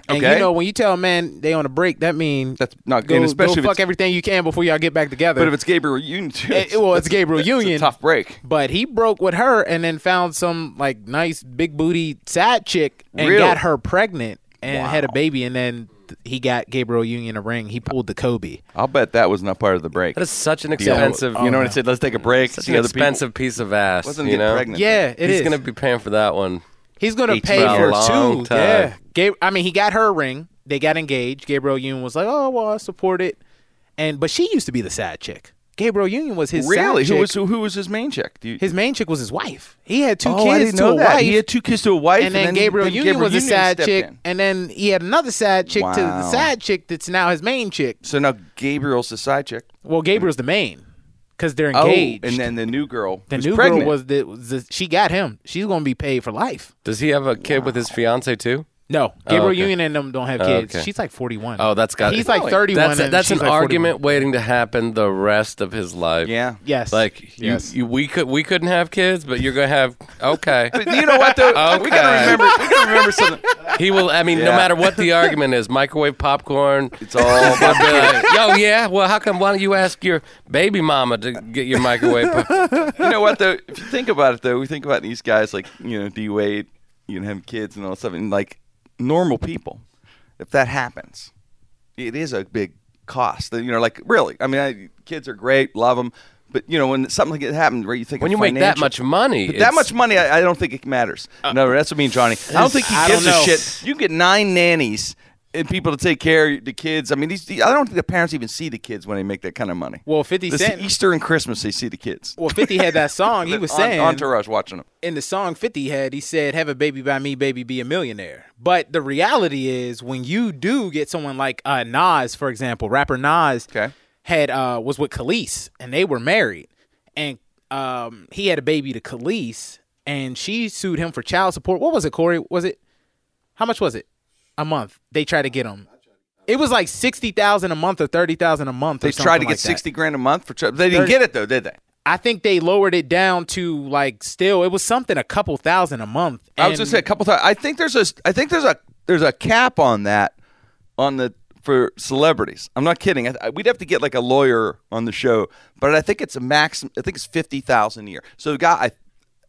F: And
B: Okay.
F: you know when you tell a man they on a break, that means
B: That's not
F: go,
B: good, especially
F: go
B: if
F: fuck
B: it's-
F: everything you can before y'all get back together.
B: But if it's Gabriel Union, too,
F: Eh, well, it's Gabriel
B: that's
F: Union.
B: A tough break.
F: But he broke with her and then found some like nice big booty side chick and
B: Really?
F: got her pregnant and had a baby and then th- he got Gabriel Union a ring. He pulled the Kobe.
B: I'll bet that was not part of the break.
C: That is such an expensive,
B: You know what I said? Let's take a break.
C: such
B: see
C: an
B: other people.
C: expensive piece of ass.
B: Wasn't
C: you
B: getting
C: know?
B: pregnant.
F: Yeah, it
C: He's
F: is.
C: gonna be paying for that one.
F: He's going to
B: 18
F: pay
B: for a
F: for
C: long
F: two.
C: time.
F: Yeah. Gab- I mean, he got her a ring. They got engaged. Gabriel Union was like, "Oh, well, I support it." And but she used to be the side chick. Gabriel Union was his
B: Really?
F: side
B: Who
F: chick.
B: was who, who was his main chick? Do you,
F: his main chick was his wife. He had two
B: oh,
F: kids
B: I didn't
F: to
B: know
F: a
B: that.
F: wife.
B: He had two kids to a wife,
F: and then,
B: then
F: Gabriel
B: then
F: Union
B: Gabriel
F: was a
B: Union
F: side
B: stepped
F: chick,
B: in.
F: and then he had another side chick to the
B: Wow.
F: side chick that's now his main chick.
B: So now Gabriel's the side chick.
F: Well, Gabriel's the main because they're
B: Oh,
F: engaged.
B: and then the new girl.
F: the
B: was
F: new
B: pregnant.
F: girl was the, was the she got him. She's gonna be paid for life.
C: Does he have a kid with his fiance too?
F: No, Gabriel
C: Oh, okay. Oh,
F: Union and them don't have kids.
C: okay.
F: She's like 41.
C: Oh, that's got.
F: He's like 31.
C: That's,
F: and
C: that's
F: she's
C: an
F: like 41.
C: argument waiting to happen the rest of his life.
B: Yeah.
F: Yes.
C: Like you,
F: Yes.
C: you, we could we couldn't have kids, but you're gonna have okay.
B: But you know what though? We gotta
C: Okay.
B: remember. We gotta remember something.
C: He will. I mean, no
B: Yeah.
C: matter what the argument is, microwave popcorn.
B: It's all
C: I'll
B: about
C: be like, Yo, yeah. Well, how come? Why don't you ask your baby mama to get your microwave? Pop-?
B: you know what though? If you think about it though, we think about these guys like you know D Wade, you know, having kids and all that stuff, and like normal people. If that happens, it is a big cost. You know, like really. I mean, I, kids are great, love them, but you know when something like that happens, where you think
C: When
B: of
C: you make that
B: financial-
C: much money,
B: But that
C: it's-
B: much money, I, I don't think it matters. no, that's what me and Johnny. I don't think he
F: Uh, I don't
B: gives a
F: know.
B: shit. You can get nine nannies and people to take care of the kids. I mean, these I don't think the parents even see the kids when they make that kind of money.
F: Well, 50
B: This
F: Cent-
B: Easter and Christmas, they see the kids.
F: Well, 50 had that song. He was
B: On-
F: saying
B: entourage watching them.
F: in the song 50 had, he said, Have a baby by me, baby, be a millionaire. But the reality is, when you do get someone like uh, Nas, for example, rapper Nas
B: Okay.
F: had uh, was with Khalees and they were married. And um, he had a baby to Khalees and she sued him for child support. What was it, Corey? Was it? How much was it? A month. They tried to get him. It was like 60000 a month or 30000 a month. or
B: They tried to
F: something
B: get
F: like that.
B: sixty grand a month for. Tri- they didn't
F: Thirty-
B: get it though, did they?
F: I think they lowered it down to like still it was something a couple thousand a month.
B: I was just say a couple times. I think there's a. I think there's a. There's a cap on that, on the for celebrities. I'm not kidding. I, I- we'd have to get like a lawyer on the show, but I think it's a max. I think it's fifty thousand a year. So the guy, I, Uh,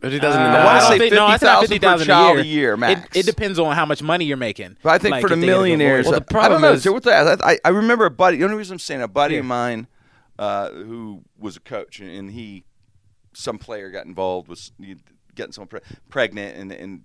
C: But he doesn't.
B: I
C: know.
B: wanna
F: uh, don't
B: say
F: think- no, it's
B: 50,000
F: not
B: per
F: 50,000
B: child
F: a
B: a year,
F: year
B: max.
F: It, it depends on how much money you're making.
B: But I think
F: Like,
B: for the
F: if they had a good
B: millionaires,
F: lawyer.
C: Well, the
B: I don't
C: problem
B: know.
C: is-
B: There was a- I, I remember a buddy. The only reason I'm saying a buddy of mine uh, who was a coach, and, and he, some player got involved was getting someone pre- pregnant, and and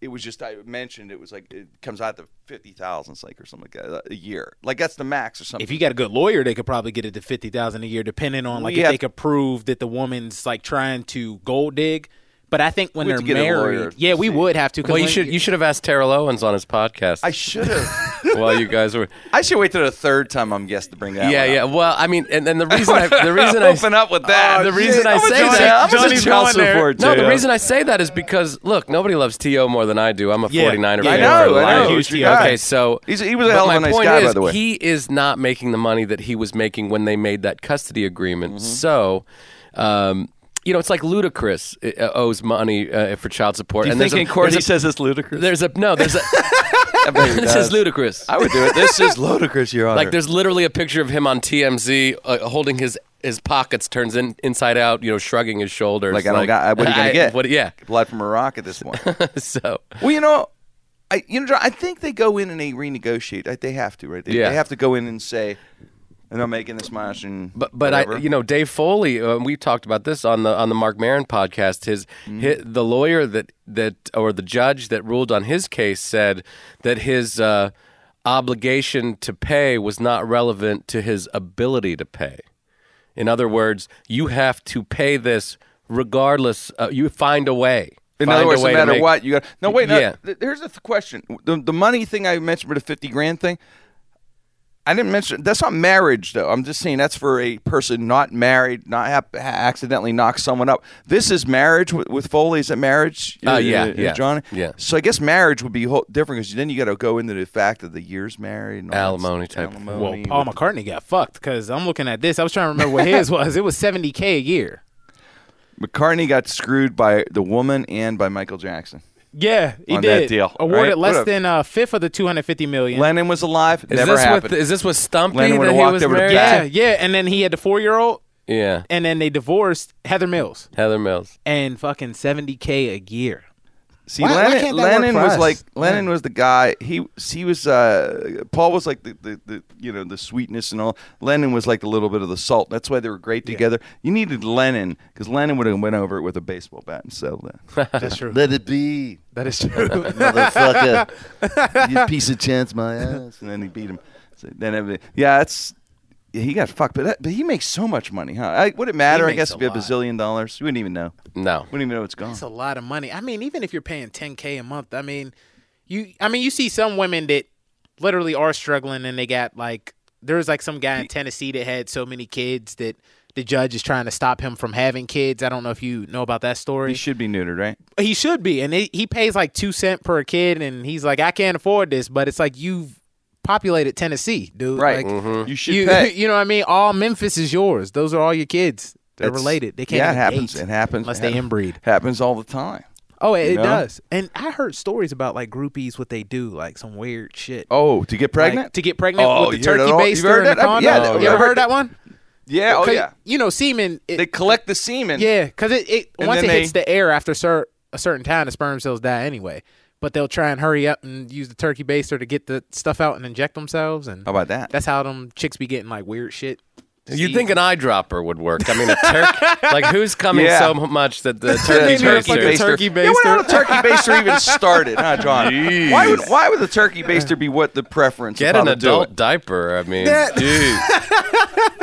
B: it was just I mentioned it was like it comes out to fifty thousand, like or something like that a year. Like that's the max or something.
F: if you got a good lawyer, they could probably get it to fifty thousand a year, depending on like
B: We
F: if
B: have-
F: they could prove that the woman's like trying to gold dig. But I think when
B: We
F: they're
B: have to get a lawyer
F: married,
B: to
F: yeah, we
B: see.
F: would have to. 'cause
C: Well, you
F: when-
C: should you should have asked Terrell Owens on his podcast
B: I should have.
C: while you guys were.
B: I should wait till the third time I'm guessed to bring that.
C: Yeah,
B: one
C: yeah.
B: Up.
C: Well, I mean, and, and the reason I the reason I Oh,
B: open up with that.
C: the reason I
B: I'm a
C: say
B: Johnny-
C: that
B: I'm a
C: Johnny's
B: child
C: going there.
B: support,
C: No,
B: Jay.
C: the reason I say that is because look, nobody loves To more than I do. I'm a
F: Yeah,
C: 49er.
F: yeah,
C: fan
F: yeah. I
C: for
F: know, I
C: life.
F: know. Huge T.O. guy.
C: Okay, so
B: He's- he was a
C: but
B: hell of
C: my
B: a nice
C: point
B: guy, by
C: is,
B: the way.
C: He is not making the money that he was making when they made that custody agreement.
B: Mm-hmm.
C: So. Um, you know, it's like Ludacris uh, owes money uh, for child support.
B: Do you
C: and there's
B: think
C: a,
B: in court
C: there's
B: he
C: a-
B: says it's ludicrous?
C: There's a no. There's a. this is ludicrous.
B: I would do it. This is ludicrous, Your Honor.
C: Like there's literally a picture of him on TMZ uh, holding his his pockets turns in inside out, you know, shrugging his shoulders.
B: Like, I don't got- what are you gonna
C: I-
B: get?
C: What, yeah.
B: blood from Iraq at this point.
C: So
B: well, you know, I you know John, I think they go in and they renegotiate. I, they have to, right? They,
C: Yeah.
B: they have to go in and say, "I'm not making this much." And
C: but but I you know Dave Foley uh, we talked about this on the on the Mark Maron podcast his,
B: Mm.
C: hi the lawyer that that or the judge that ruled on his case said that his uh, obligation to pay was not relevant to his ability to pay in other words you have to pay this regardless uh, you find a way
B: in
C: Find
B: other
C: a
B: words, no
C: way to
B: matter
C: make-
B: what, you got. No, wait. No,
C: Yeah.
B: th- here's the th- question: the, the money thing I mentioned with the fifty grand thing. I didn't mention that's not marriage though. I'm just saying that's for a person not married, not ha- ha- accidentally knock someone up. This is marriage with, with Foley. Is it marriage?
C: Uh, yeah, yeah,
B: Johnny.
C: yeah.
B: So I guess marriage would be whole, different because then you got to go into the fact that the years married, and all that
C: Alimony
B: stuff.
C: type of thing.
F: Well, Paul McCartney got fucked because I'm looking at this. I was trying to remember what his was. It was seventy k a year.
B: McCartney got screwed by the woman and by Michael Jackson.
F: Yeah, he
B: On that
F: did.
B: deal,
F: Awarded
B: right?
F: less
B: What a-
F: than a fifth of the two hundred fifty million.
B: Lennon was alive.
C: Is
B: never
C: this
B: happened.
C: with is this with Stumpy
B: Lennon
C: that
B: would've
C: he
B: walked
C: was
B: over to
C: married?
F: yeah,
B: Jackson.
F: yeah, and then he had the four year old,
C: yeah,
F: and then they divorced Heather Mills
C: Heather Mills.
F: and fucking seventy k a year.
B: See,
F: Why- why
B: Lennon,
F: can't that work
B: Lennon
F: for
B: was
F: us?
B: like Lennon was the guy. He he was uh, Paul was like the, the, the you know the sweetness and all. Lennon was like a little bit of the salt. That's why they were great together. You needed Lennon because Lennon would have went over it with a baseball bat and settled that.
F: That's trtrue.
G: Let it be,
F: That is true.
G: motherfucker. you piece of chance, my ass.
B: and then he beat him. So then everybody- yeah, that's yeah, he got fucked. But that, but he makes so much money, huh? I, would it matter? I
F: makes
B: guess
F: a
B: if you have a
F: lot.
B: bazillion dollars, you wouldn't even know.
C: No,
B: Wouldn't even know it's gone.
F: That's a lot of money. I mean, even if you're paying 10k a month, I mean, you I mean, you see some women that literally are struggling and they got like there was like some guy in Tennessee that had so many kids that the judge is trying to stop him from having kids. I don't know if you know about that story.
B: He should be neutered, right?
F: He should be, and it, he pays like two cent per kid, and he's like, I can't afford this. But it's like you've populated Tennessee, dude.
B: Right. Mm-hmm.
F: Like,
G: mm-hmm.
B: You should
F: you,
B: pay.
F: you know what I mean? All Memphis is yours. Those are all your kids. They're
B: That's-
F: related. They can't.
B: Yeah, it
F: even
B: happens.
F: date
B: It happens.
F: unless
B: It
F: they
B: happens.
F: inbreed.
B: Happens all the time.
F: Oh, it, it
B: know?
F: does. And I heard stories about like groupies what they do, like some weird shit.
B: Oh, to get
F: Like,
B: pregnant?
F: to get pregnant
B: Oh,
F: with the
B: you heard it
F: turkey
B: all-
F: baster
B: you've heard
F: and the
B: that? I've-
F: condom.
B: yeah,
F: you
B: I've
F: ever
B: heard
F: heard that one?
B: yeah. Oh,
F: 'Cause,
B: yeah.
F: You know, semen. It,
B: They collect the semen.
F: yeah, because it, it
B: And
F: once it
B: then
F: hits
B: they-
F: the air after cer- a certain time, the sperm cells die anyway. But they'll try and hurry up and use the turkey baster to get the stuff out and inject themselves. And
B: How about that?
F: That's how them chicks be getting like weird shit.
C: You'd think an eyedropper would work. I mean, a turkey. like, who's coming
B: Yeah.
C: so much that the
B: Turkey
C: turkey
B: baster.
C: turkey?
F: turkey
B: Yeah, when
F: baster.
B: would a turkey baster even started, huh, John? Why would why would the turkey
F: Uh,
B: baster be what the preference?
C: Get
B: of how
C: an
B: to do
C: adult
B: it?
C: diaper. I mean, dude.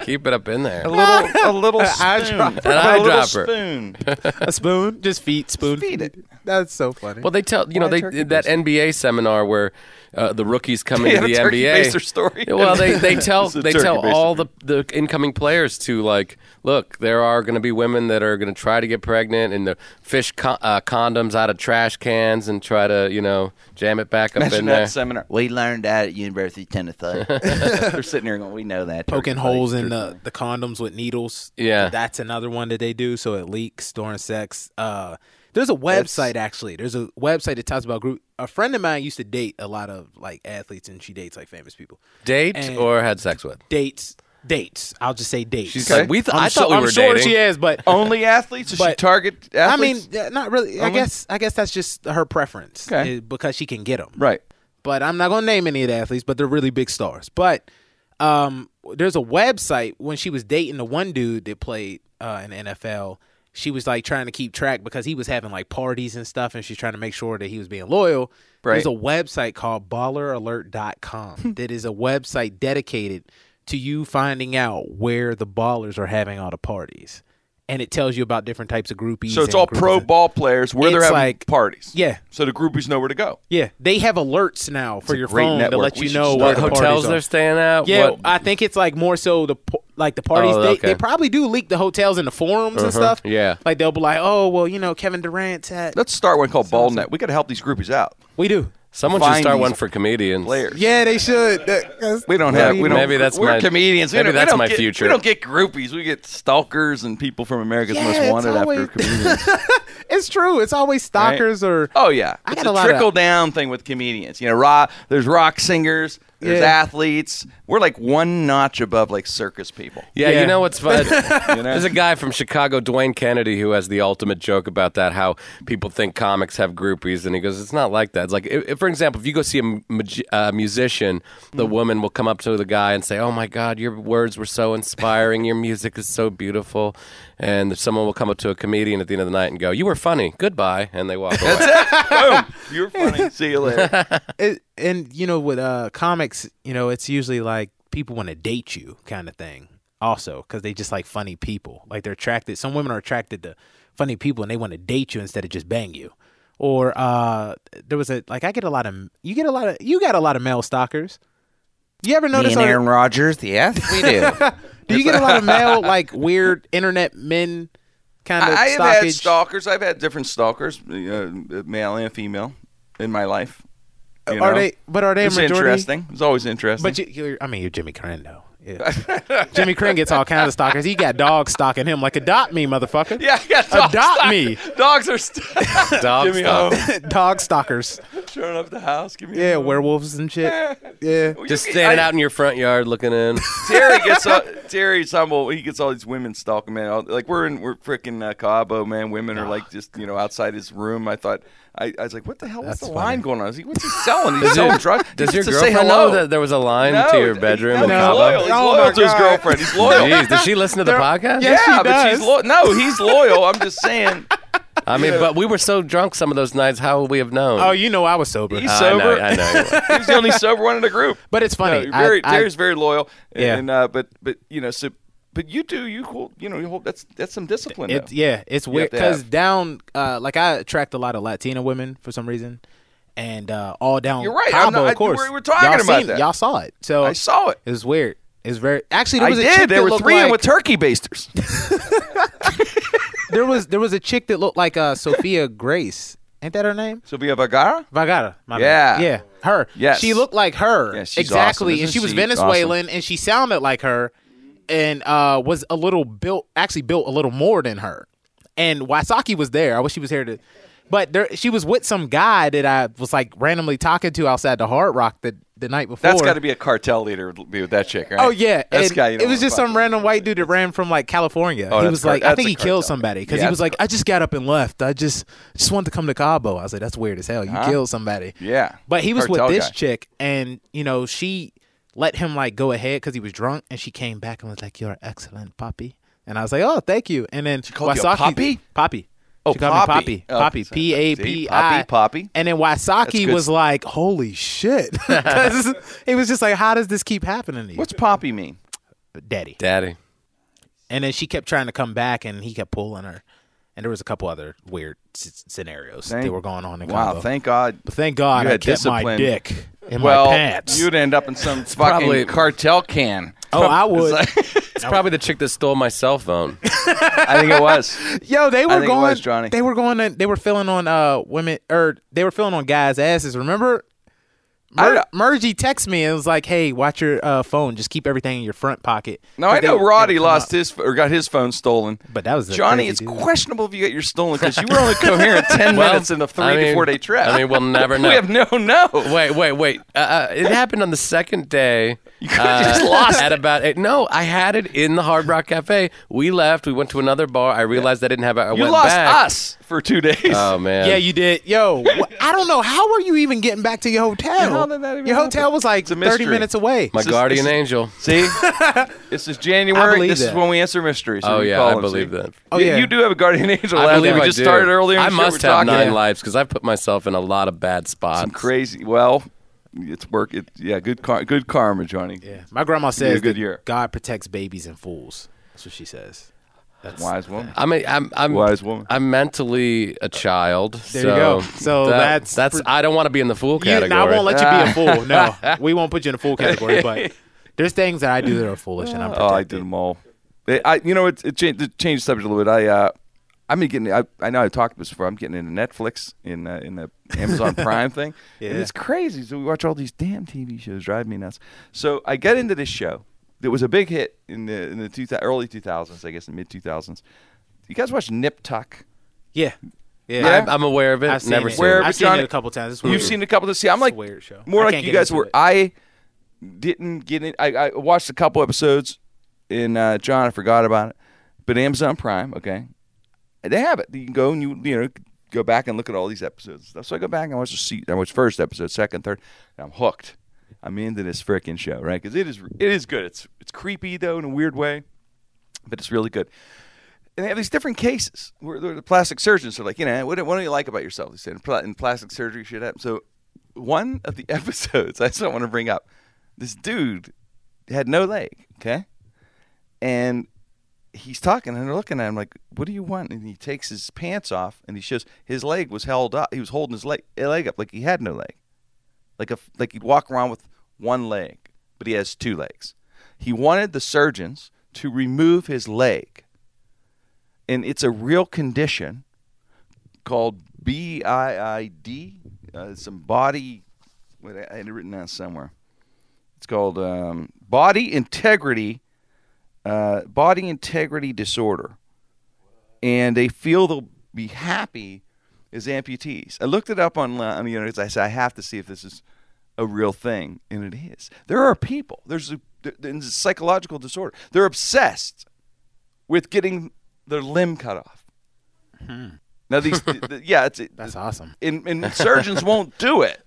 C: Keep it up in there.
B: A little, a little spoon.
F: eyedropper.
B: A little
C: eyedropper.
B: spoon.
F: A spoon, just feet, spoon,
B: Feed it.
F: That's so funny.
C: Well, they tell you know they
B: turkey
C: that NBA seminar where uh, the rookies come
B: They
C: into
B: had
C: the
B: a turkey baster
C: NBA.
B: story.
C: Well, they, they tell
B: It's a
C: they
B: turkey
C: tell
B: baster.
C: all the, the incoming players to like look. There are going to be women that are going to try to get pregnant and the fish co- uh, condoms out of trash cans and try to you know jam it back up
B: Imagine
C: in
B: that
C: there.
B: seminar.
G: We learned that at University of Tennessee.
B: They're sitting here going, "We know that." turkey
F: poking holes
B: baster.
F: in the, the condoms with needles.
C: Yeah.
F: That's another one that they do so it leaks during sex. Uh there's a website actually. There's a website that talks about group a friend of mine used to date a lot of like athletes and she dates like famous people.
C: Date
F: And-
C: or had sex with?
F: Dates dates. I'll just say dates.
C: She's
B: Okay.
C: like, we th-
F: I'm
C: I
F: su-
C: thought we
F: I'm
C: were
F: sure
C: dating.
F: she is, but
B: Only athletes? Does she
F: But-
B: target
F: I
B: athletes?
F: mean, yeah, not really. I guess I guess that's just her preference
B: Okay.
F: uh, because she can get them.
B: right.
F: but I'm not gonna name any of the athletes, but they're really big stars. But um, there's a website when she was dating the one dude that played uh, in the NFL. She was like trying to keep track because he was having like parties and stuff, and she's trying to make sure that he was being loyal. There's a
B: Right. Hmm.
F: website called BallerAlert.com that is a website dedicated to you finding out where the ballers are having all the parties, and it tells you about different types of groupies.
B: So it's
F: and
B: all
F: groupies
B: pro
F: and-
B: ball players where they're
F: It's
B: having
F: like-
B: parties.
F: Yeah.
B: So the groupies know where to go.
F: Yeah, they have alerts now for
B: a
F: your
B: great
F: phone to
B: network.
F: let
B: We
F: you
B: should
F: know
B: start
F: where
C: What
F: the
C: hotels
F: parties are.
C: they're staying at?
F: Yeah,
C: What-
F: I think it's like more so the po- like the parties
C: Oh,
F: they,
C: okay. Uh-huh.
F: they probably do leak the hotels and the forums and stuff.
C: yeah.
F: like they'll be like, oh well, you know Kevin Durant's at
B: Let's start one called Ball Net. We got to help these groupies out.
F: we do.
C: someone should
B: find
C: start
B: these
C: one for comedians.
B: Players.
F: Yeah, they should. That- 'cause-
B: We don't have.
F: Maybe-
B: We don't.
C: maybe that's
B: we're
C: my-
B: comedians. We
C: maybe
B: don't- we
C: that's
B: don't
C: my
B: get-
C: future.
B: We don't get groupies. We get stalkers and people from America's
F: Yeah,
B: Most
F: it's
B: Wanted
F: always-
B: after comedians.
F: it's true. It's always stalkers or
B: oh yeah,
F: I
B: it's
F: got
B: a,
F: a lot of-
B: trickle down thing with comedians. You know, rock. There's rock singers. There's
F: Yeah.
B: athletes. We're like one notch above like circus people.
C: Yeah,
F: Yeah.
C: you know what's fun?
B: know?
C: There's a guy from Chicago, Dwayne Kennedy, who has the ultimate joke about that. How people think comics have groupies, and he goes, "It's not like that." It's like, if, if, for example, if you go see a m- magi- uh, musician,
B: Hmm.
C: the woman will come up to the guy and say, "Oh my God, your words were so inspiring. Your music is so beautiful," and someone will come up to a comedian at the end of the night and go, "You were funny. Goodbye," and they walk away.
B: Boom. You're funny. See you later.
F: it, and you know with uh comics, you know it's usually like people want to date you kind of thing also because they just like funny people. Like they're attracted. Some women are attracted to funny people and they want to date you instead of just bang you. Or uh there was a like I get a lot of you get a lot of you got a lot of male stalkers. You ever notice? on-
G: Rodgers, yes, we do.
F: do you get a lot of male like weird internet men kind of
B: I have had
F: stalkage?
B: stalkers. I've had different stalkers, uh, male and female, in my life. You
F: are
B: know?
F: they? But are they a
B: It's
F: majority?
B: interesting. It's always interesting.
F: But you, you're, I mean, you're Jimmy Crane though. Yeah. Jimmy Crane gets all kinds of stalkers. He got dogs stalking him like adopt me, motherfucker.
B: yeah, yeah, dogs
F: adopt
B: are-
F: me,
B: Dogs are st-
C: Dog
B: give me a
C: style.
B: home.
F: dog stalkers.
B: showing up at the house. Give me a
F: Yeah,
B: home.
F: werewolves and shit. Yeah,
B: Well, you
C: Just
B: get-
C: standing
B: I-
C: out in your front yard looking in.
B: Terry gets all, Terry's humble. He gets all these women stalking man. All- Like we're in we're freaking uh, Cabo, man. Women are like just you know outside his room. I thought I, I was like, what the hell? What's the
F: That's
B: line going on? Is he, what's he selling? He's selling drugs. He
C: Does your
B: gets to say
C: girlfriend know
B: hello?
C: that there was a line
B: No,
C: to your
B: he-
C: bedroom?
B: no,
C: in
B: he's
C: Cabo?
B: loyal. He's
F: Oh,
B: loyal
F: my
B: to his
F: God.
B: girlfriend. He's loyal.
C: Jeez, does she listen to the podcast?
F: Yes, she
B: yeah, but she's
F: does.
B: loyal. No, he's loyal. I'm just saying.
C: I mean, but we were so drunk some of those nights. How would we have known?
F: Oh, you know I was sober.
B: He's
C: Ah, I
B: sober.
C: know, I know. you were.
B: He's the only sober one in the group.
F: but it's
B: No,
F: funny.
B: you're
F: I-
B: very,
F: I-
B: Terry's very loyal.
F: Yeah.
B: And uh, but but you know so but you do you hold you know you hold that's that's some discipline.
F: It,
B: though.
F: yeah, it's weird
B: to
F: because
B: have-
F: down, uh, like I attract a lot of Latina women for some reason, and uh, all down.
B: You're right. I'm
F: Cabo,
B: not- I-
F: of course.
B: we're- we're talking
F: y'all
B: about
F: seen it.
B: that.
F: Y'all saw it, so
B: I saw it.
F: It was weird. It's very actually there
B: I
F: was a chick
B: did. There
F: that
B: were
F: looked
B: three in
F: like-
B: with turkey basters.
F: there was there was a chick that looked like uh, Sophia Grace. Ain't that her name?
B: Sofia Vergara.
F: Vagara. My
B: Yeah.
F: bad. Yeah. Her.
B: Yes.
F: She looked like her.
B: Yeah, she's
F: exactly.
B: awesome,
F: and she
B: isn't
F: was
B: she?
F: Venezuelan and she sounded like her and uh, was a little built actually built a little more than her. And Waisaki was there. I wish she was here to but there she was with some guy that I was like randomly talking to outside the Hard Rock the, the night before.
B: That's got to be a cartel leader. would Be with that chick, right?
F: Oh yeah,
B: that's
F: And
B: guy. You
F: it was just some random white dude that ran from like California.
B: Oh,
F: he
B: that's
F: was
B: car-
F: like, I
B: that's
F: think
B: a
F: he killed
B: cartel.
F: somebody because
B: Yeah,
F: he was
B: that's
F: like, I just got up and left. I just just wanted to come to Cabo. I was like, that's weird as hell. You killed somebody.
B: Yeah.
F: But he was
B: Cartel
F: with this
B: guy.
F: chick, and you know she let him like go ahead because he was drunk, and she came back and was like, "You're excellent, Poppy." And I was like, "Oh, thank you." And then she
B: called you a poppy?
F: Poppy.
B: Oh,
F: she called
B: poppy.
F: me Poppy.
B: Oh,
F: Poppy.
B: sorry.
F: P A
B: See,
F: P
B: poppy,
F: I.
B: poppy.
F: And then
B: That's
F: Waisaki
B: good
F: was
B: stuff.
F: like, "Holy shit!" 'Cause he was just like, "How does this keep happening to you?"
B: What's Poppy mean?
F: daddy.
C: Daddy.
F: And then she kept trying to come back, and he kept pulling her. And there was a couple other weird s- scenarios that
B: Thank-
F: were going on in
B: Wow.
F: Cabo.
B: Thank God.
F: but thank God
B: you
F: I
B: had
F: kept my
B: discipline.
F: dick in
B: well,
F: my pants.
B: you'd end up in some fucking
C: probably-
B: cartel can.
F: oh, I would.
C: It's probably the chick that stole my cell phone.
B: I think it was.
F: Yo, they were
B: think it
F: going.
B: was Johnny.
F: They were going. To, they were filling on uh women or they were filling on guys' asses. Remember,
B: I
F: Mer-
B: don't-
F: Mergy texted me and was like, "Hey, watch your uh, phone. Just keep everything in your front pocket."
B: No,
F: 'Cause
B: I
F: they-
B: know
F: they would
B: Roddy
F: come
B: lost
F: up.
B: his or got his phone stolen.
F: But that was a
B: Johnny.
F: crazy
B: It's
F: dude.
B: questionable if you get yours stolen because you were only coherent ten minutes in a three
C: I
B: to
C: mean-
B: four day trip.
C: I mean, we'll never know.
B: we have no no.
C: Wait, wait, wait. Uh, uh, it happened on the second day. You could
B: have just lost
C: at about eight. No, I had it in the Hard Rock Cafe. We left. We went to another bar. I realized I didn't have it. I
B: You
C: went
B: lost
C: back.
B: us for two days.
C: Oh man.
F: Yeah, you did. Yo, wh- I don't know. How are you even getting back to your hotel?
B: How did that even
F: your hotel
B: happen?
F: was like
B: It's a
F: thirty
B: mystery.
F: minutes away.
C: my
B: This is-
C: guardian
B: this is-
C: angel.
B: See, this is
F: I
B: January.
F: believe
B: This is
F: that.
B: when we answer mysteries.
C: Oh,
B: We
C: yeah,
B: call
C: I
B: them, see?
C: believe that.
F: Oh,
B: You-
F: yeah.
B: You do have a guardian angel.
C: I
B: last
C: believe
B: we
C: I
B: just
C: do.
B: started earlier.
C: I
B: and shit,
C: must
B: we're talking.
C: have nine lives because I put myself in a lot of bad spots.
B: Crazy. Well, it's work. It, yeah, good. Car- good karma, Johnny.
F: Yeah. My grandma
B: Be a
F: says
B: good
F: that
B: year.
F: God protects babies and fools. That's what she says.
B: Wise woman.
C: I mean, I'm, I'm
B: Wise woman.
C: I'm mentally a child.
F: There
C: so
F: you go. So
C: that-
F: that's
C: that's.
F: pre-
C: I don't want to be in the fool
F: You-
C: category.
F: no, I won't let you be a fool. No, we won't put you in a fool category. But there's things that I do that are foolish, and I'm
B: Oh,
F: protected.
B: I did them all. They- I, you know, it, it changed, it changed the subject a little bit. I, uh, I've been getting. I, I know I talked about this before. I'm getting into Netflix in uh, in the Amazon Prime thing, and it's crazy. So we watch all these damn TV shows, drive me nuts. So I got into this show that was a big hit in the in the two, early 2000s, I guess, in mid 2000s. You guys watch Nip Tuck?
F: Yeah, yeah.
C: I'm, I'm aware of it.
F: I've seen
C: Never
F: it.
C: seen
B: Where-
C: it.
F: I've seen
B: Johnny-
F: it a couple times. It's
B: You've
F: weird.
B: seen a couple of see. I'm
F: It's a
B: like
F: weird show. I
B: more like
F: can't
B: you
F: get
B: guys
F: into
B: were.
F: it.
B: I didn't get in. I, I watched a couple episodes in uh, John. I forgot about it. But Amazon Prime, okay, they have it. You can go and you you know go back and look at all these episodes and stuff. So I go back and watch the se- I watch first episode, second, third, and I'm hooked. I'm into this freaking show, right? Because it is it is good. It's it's creepy though in a weird way, but it's really good and they have these different cases where the the plastic surgeons are like, you know, what, what do you like about yourself? They said, and pla- and plastic surgery should happen. So, one of the episodes I just want to bring up, this dude had no leg, okay, and he's talking and they're looking at him like, what do you want? And he takes his pants off and he shows his leg was held up. He was holding his leg leg up like he had no leg like a like he'd walk around with one leg, but he has two legs. He wanted the surgeons to remove his leg, and it's a real condition called BIID, uh, some body. Wait, I I had it written down somewhere. It's called um, body integrity, uh, body integrity disorder, and they feel they'll be happy as amputees. I looked it up on uh, on the internet. I said I have to see if this is a real thing, and it is. There are people. There's a, there's a psychological disorder. They're obsessed with getting their limb cut off.
C: Hmm.
B: Now these, th- th- yeah, it's,
F: That's awesome.
B: and, and surgeons won't do it.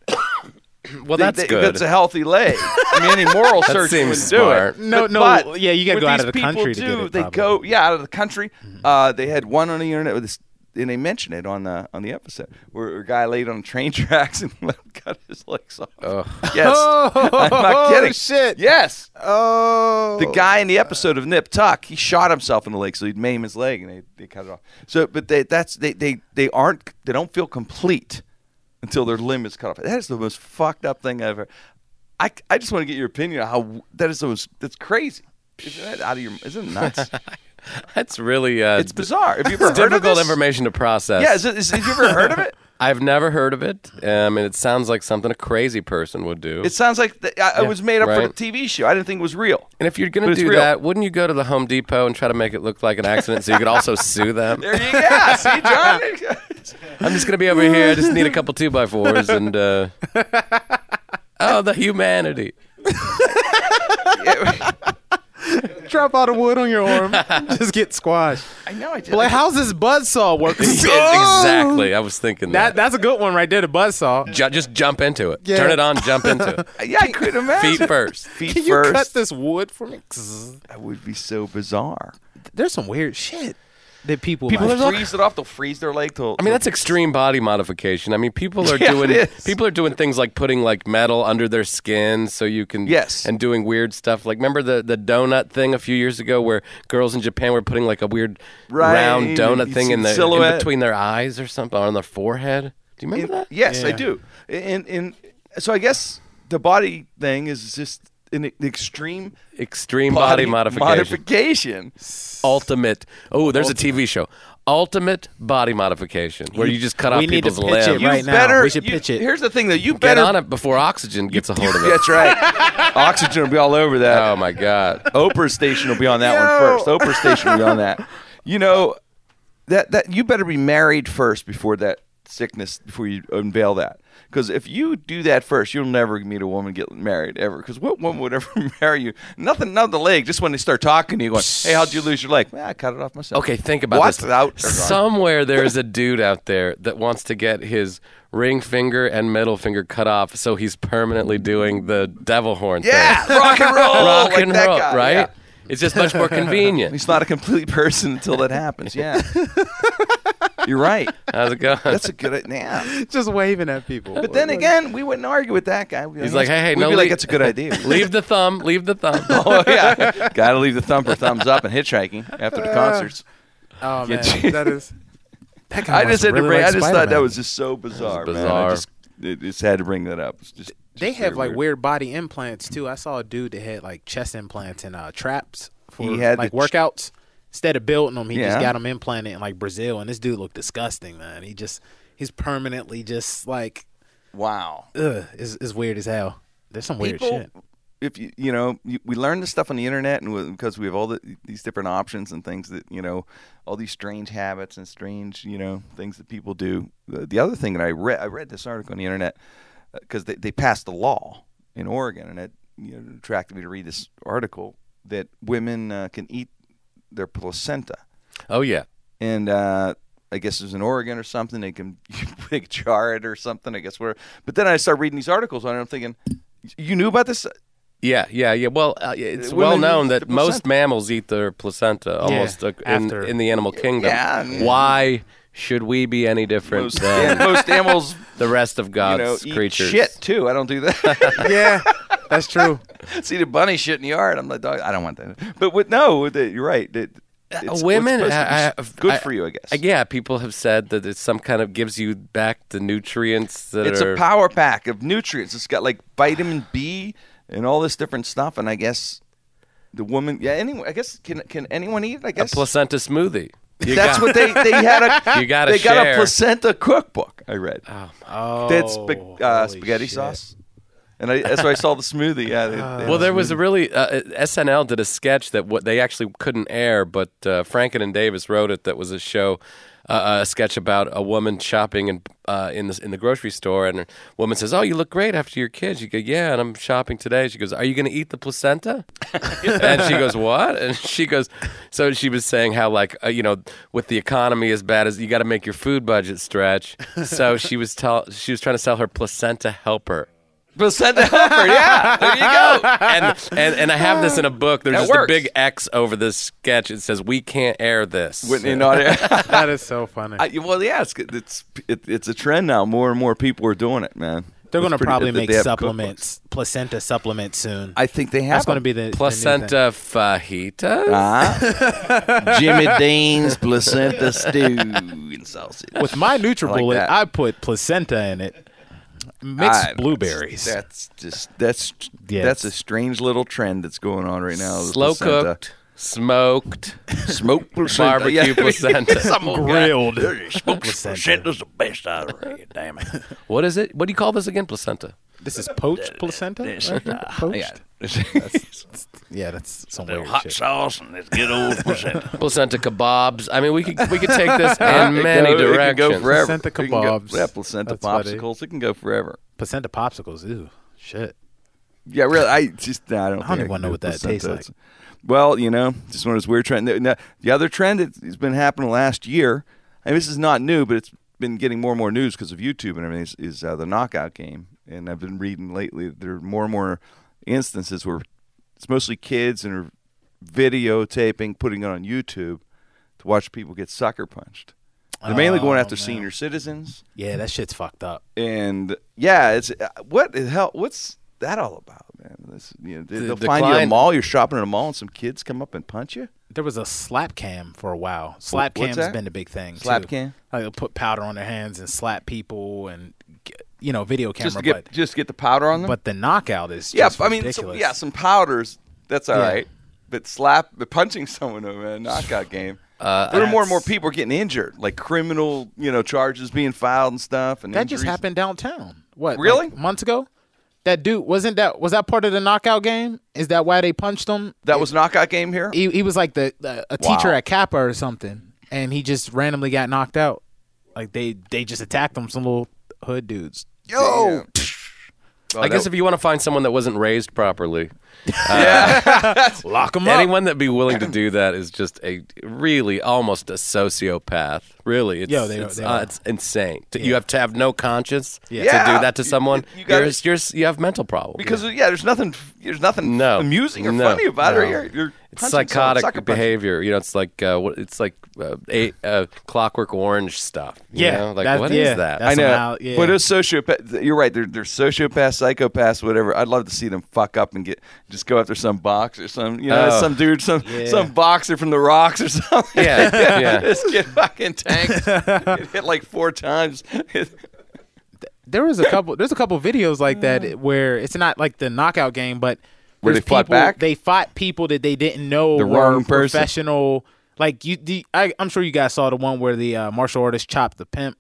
C: Well,
B: They-
C: that's
B: they-
C: good.
B: That's a healthy leg. I mean, any moral
C: That
B: surgeon would
C: seems
B: do
C: smart.
B: it.
F: No,
B: But-
F: no,
B: but
F: yeah, you gotta
B: what
F: go out
B: these
F: of the
B: people
F: country to get
B: do,
F: it,
B: They go,
F: probably. Mm-hmm.
B: yeah, out of the country. Uh, they had one on the internet with this, and they mentioned it on the on the episode where a guy laid on train tracks and cut his legs off. Yes, I'm not kidding.
F: Oh, shit.
B: Yes,
F: Oh,
B: the guy in the episode of Nip Tuck, he shot himself in the leg, so he'd maim his leg, and they, they cut it off. So, but they, that's they, they they aren't they don't feel complete until their limb is cut off. That is the most fucked up thing ever. I, I just want to get your opinion on how that is so that's crazy. Isn't that out of your? Isn't it nuts?
C: That's really uh,
B: It's bizarre. Have you ever
C: It's
B: heard of
C: difficult
B: this?
C: information to process.
B: Yeah, is it, is, have you ever heard of it?
C: I've never heard of it. Um, and it sounds like something a crazy person would do.
B: It sounds like the, I, it was made up for a
C: right.
B: TV show. I didn't think it was real.
C: and if you're going
B: but
C: to
B: it's
C: do
B: real.
C: that, wouldn't you go to the Home Depot and try to make it look like an accident so you could also sue them?
B: There you go. See, John.
C: I'm just going to be over here. I just need a couple two by fours and. Uh, oh, the humanity.
F: Drop out of wood on your arm. just get squashed.
B: I know. I did.
F: But like, how's this buzzsaw working?
B: Oh!
C: exactly. I was thinking that.
F: Oh! That that's a good one right there. The buzzsaw.
C: Ju- just jump into it. Turn it on, jump into it.
B: yeah, I couldn't imagine.
C: Feet first.
B: Feet
F: Can you
B: first.
F: cut this wood for me?
B: That would be so bizarre.
F: There's some weird shit that people.
B: People
F: like.
B: freeze it off. They'll freeze their leg. Till,
C: I mean, that's extreme body modification. I mean, people are
B: Yeah,
C: doing
B: it is.
C: people are doing things like putting like metal under their skin so you can
B: Yes.
C: and doing weird stuff. Like remember the the donut thing a few years ago where girls in Japan were putting like a weird
B: Right,
C: round donut
B: you
C: thing
B: see
C: in
B: the
C: the
B: silhouette.
C: in between their eyes or something or on their forehead. Do you remember
B: In-
C: that?
B: yes, I
F: Yeah.
B: do. And and so I guess the body thing is just an e- extreme
C: Extreme body, modification.
B: modification.
C: Ultimate. Oh, there's a TV show. Ultimate body modification where you just cut
F: We
C: off
F: need to
C: people's
F: pitch it
C: limbs.
B: You
F: Right now,
B: better.
F: we should
B: you-
F: pitch it.
B: Here's the thing, though. You
C: Get
B: better.
C: on it before oxygen gets a hold of it.
B: That's right. Oxygen will be all over that.
C: Oh my god.
B: Oprah Uh, station will be on that one first. Oprah station will be on that. You know, that that you better be married first before that sickness before you unveil that. Because if you do that first, you'll never meet a woman get married ever. Because what woman would ever marry you? Nothing, not the leg. Just when they start talking to you, going, "Hey, how'd you lose your leg?" Well, I cut it off myself.
C: Okay, think about
B: What's
C: this.
B: Out
C: Somewhere there is a dude out there that wants to get his ring finger and middle finger cut off, so he's permanently doing the devil horn
B: yeah,
C: thing.
B: rock and roll,
C: rock
B: like
C: and
B: that
C: roll,
B: guy,
C: right?
B: yeah.
C: It's just much more convenient.
B: He's not a complete person until that happens. Yeah, you're right.
C: How's it going?
B: That's a good idea. Yeah.
F: just waving at people.
B: But then again, we wouldn't argue with that guy. We'd be
C: He's like, hey, hey,
B: we'd
C: no,
B: be like,
C: leave-
B: that's a good idea.
C: leave the thumb. Leave the thumb.
B: oh yeah, gotta leave the thumb for thumbs up and hitchhiking after the concerts.
F: oh man,
B: you-
F: that is. That guy
B: I just
F: must
B: had to
F: really
B: bring.
F: like
B: I just thought
F: Spider-Man.
B: that was just so bizarre. man. I
C: bizarre.
B: just- it- just had to bring that up. It's just-
F: They
B: just
F: have like
B: weird.
F: weird body implants too. I saw a dude that had like chest implants and uh, traps for
B: He had
F: like
B: the ch-
F: workouts. Instead of building them, he
B: Yeah.
F: just got them implanted in like Brazil. And this dude looked disgusting, man. He just he's permanently just like
B: wow.
F: ugh, is is weird as hell. There's some weird
B: People-
F: shit.
B: If you you know you, we learn this stuff on the internet and we- because we have all the, these different options and things that you know all these strange habits and strange you know things that people do. The, the other thing that I read I read this article on the internet because they, they passed a law in Oregon and it you know, attracted me to read this article that women uh, can eat their placenta.
C: Oh yeah.
B: and uh, I guess it was in Oregon or something. They can they can jar it or something. I guess whatever. But then I start reading these articles on it. I'm thinking, you knew about this?
C: Yeah, yeah, yeah. Well, uh, it's
B: Women
C: well known
B: eat
C: that
B: the
C: most
B: placenta.
C: mammals eat their placenta almost uh, in,
F: after.
C: in the animal kingdom.
B: Yeah, I mean-
C: Why should we be any different
B: Most,
C: than
B: most animals,
C: the rest of
B: you know,
C: God's
B: eat
C: creatures?
B: shit too. I don't do that.
F: yeah, that's true.
B: See the bunny shit in the yard. I'm like, dog, I don't want that. But with no, with it, you're right. It, it's what's
C: Uh, women,
B: supposed to be
C: I-
B: s-
C: I've-
B: good
C: I-
B: for you, I guess.
C: Uh, Yeah, people have said that it's some kind of gives you back the nutrients that
B: it's
C: are.
B: a power pack of nutrients. It's got like vitamin B and all this different stuff. And I guess the woman, yeah. Anyway, I guess can can anyone eat? it? I
C: a
B: guess
C: placenta smoothie. You
B: That's
C: got-
B: what they they had a
C: You gotta
B: they got a
C: share.
B: placenta cookbook. I read
F: Oh,
B: that's spa- uh,
F: holy
B: spaghetti
F: shit.
B: sauce, and I, that's why I saw the smoothie. Yeah, they- they had
C: Well,
B: a
C: there was
B: smoothie.
C: a really uh, SNL did a sketch that what they actually couldn't air, but uh, Franken and Davis wrote it. That was a show, uh, a sketch about a woman shopping in uh, in the in the grocery store, and a woman says, "Oh, you look great after your kids." You go, "Yeah," and I'm shopping today. She goes, "Are you going to eat the placenta?" and she goes, "What?" And she goes, "So she was saying how like uh, you know with the economy as bad as you got to make your food budget stretch." So she was tell she was trying to sell her placenta helper
B: placenta helper. Yeah, there you go.
C: and, and and I have this in a book. There's
B: That
C: just
B: works.
C: a big X over this sketch. It says we can't air this.
B: Wouldn't you know it?
F: That is so funny.
B: I, well, yeah, it's it's it, it's a trend now. More and more people are doing it, man.
F: They're
B: It's
F: going to
B: pretty-
F: probably
B: they-
F: make
B: they have
F: supplements, placenta supplements soon.
B: cookbooks. I think they have.
F: that's going to
B: them.
F: be the the new thing.
C: placenta fajitas.
B: Ah. Jimmy Dean's placenta stew and sausage.
F: With my NutriBullet,
B: that.
F: I put placenta in it.
B: I
H: mixed
B: don't know.
H: blueberries.
B: That's just that's
H: Yeah,
B: that's a
H: it's-
B: strange little trend that's going on right now. with
C: Slow
B: placenta.
C: cooked, smoked,
B: smoke placenta.
C: barbecue
B: Yeah.
C: placenta.
H: Grilled.
B: Smoke placenta's the best I read. Damn it.
C: What is it? What do you call this again? Placenta.
F: This is poached placenta. Poached?
B: uh, Yeah.
H: Yeah, that's some weird shit.
B: sauce and this good old placenta.
C: Placenta kebabs. I mean, we could we could take this in many
B: it can
C: directions.
B: go forever.
H: Placenta
B: It can go-
H: kebabs.
B: yeah, placenta
H: That's what it-
B: popsicles. It can go forever.
H: Placenta popsicles. Ew, shit.
B: Yeah, really. I just nah, I don't.
H: I don't
B: think
H: even
B: could
H: wanna
B: do
H: know what that tastes
B: placenta.
H: like.
B: It's- Well, you know, just one of those weird trends. Now, the other trend that has been happening last year, and this is not new, but it's been getting more and more news because of YouTube and everything. Is, is uh, the knockout game, and I've been reading lately there are more and more instances where it's mostly kids and are videotaping, putting it on YouTube to watch people get sucker punched. They're
H: Oh,
B: mainly going after senior citizens,
H: Yeah, that shit's fucked up.
B: and yeah, it's uh, what the hell? What's that all about, man? This, you know, they,
C: The
B: will find you in a
C: decline-
B: mall. You're shopping in a mall, and some kids come up and punch you.
H: There was a slap cam for a while. Slap
B: what's
H: cam's
B: that?
H: been a big thing. too.
B: Slap cam?
H: Like they'll put powder on their hands and slap people and g- you know video camera,
B: just to get
H: but
B: just get the powder on them.
H: but the knockout is
B: yeah,
H: just
B: I mean, some,
H: ridiculous.
B: yeah, some powders. That's all
H: Yeah.
B: right. But slap, but punching someone over a knockout game. there are more and more people are getting injured, like criminal, you know, charges being filed and stuff. And
F: That just
B: injuries.
F: happened downtown. What? like,
B: Really?
F: months ago? That dude wasn't that was that part of the knockout game? Is that why they punched him?
B: That was knockout game here.
F: He, he was like the, the a teacher
B: Wow.
F: at Kappa or something, and he just randomly got knocked out. Like they they just attacked him, some little hood dudes.
B: Yo,
C: I guess if you want to find someone that wasn't raised properly, uh,
F: Lock him
C: anyone that'd be willing to do that is just a really almost a sociopath. Really, it's
H: Yeah, they are-
C: it's,
H: they
C: uh,
H: are.
C: it's insane. To- You have to have no conscience to
B: Yeah.
C: do that to
B: You-
C: someone.
B: you
C: You,
B: gotta-
C: are you're, you have mental problems
B: because yeah. there's nothing, there's nothing
C: No.
B: amusing or
C: No.
B: funny about
C: No.
B: it. You're, you're
C: It's
B: punching someone,
C: psychotic
B: sucker punching.
C: behavior. You know, it's like uh, what- it's like uh, a, uh, Clockwork Orange stuff. you
H: Yeah,
C: know? like
H: that-
C: what is
H: yeah,
C: that?
H: that's-
B: I know,
H: somehow, yeah.
B: but those sociopath. You're right. They're, they're sociopaths, psychopaths, whatever. I'd love to see them fuck up and get just go after some box or some, you know,
C: Oh.
B: some dude, some some boxer from the rocks or something.
C: Yeah, yeah.
B: just get fucking tanked, get hit like four times.
F: There was a couple. There's a couple videos like that where it's not like the knockout game, but
B: Where they
F: there's
B: fought
F: people-
B: back?
F: They fought people that they didn't know
B: The
F: were
B: wrong person.
F: professional. Like you, the, I, I'm sure you guys saw the one where the uh, martial artist chopped the pimp.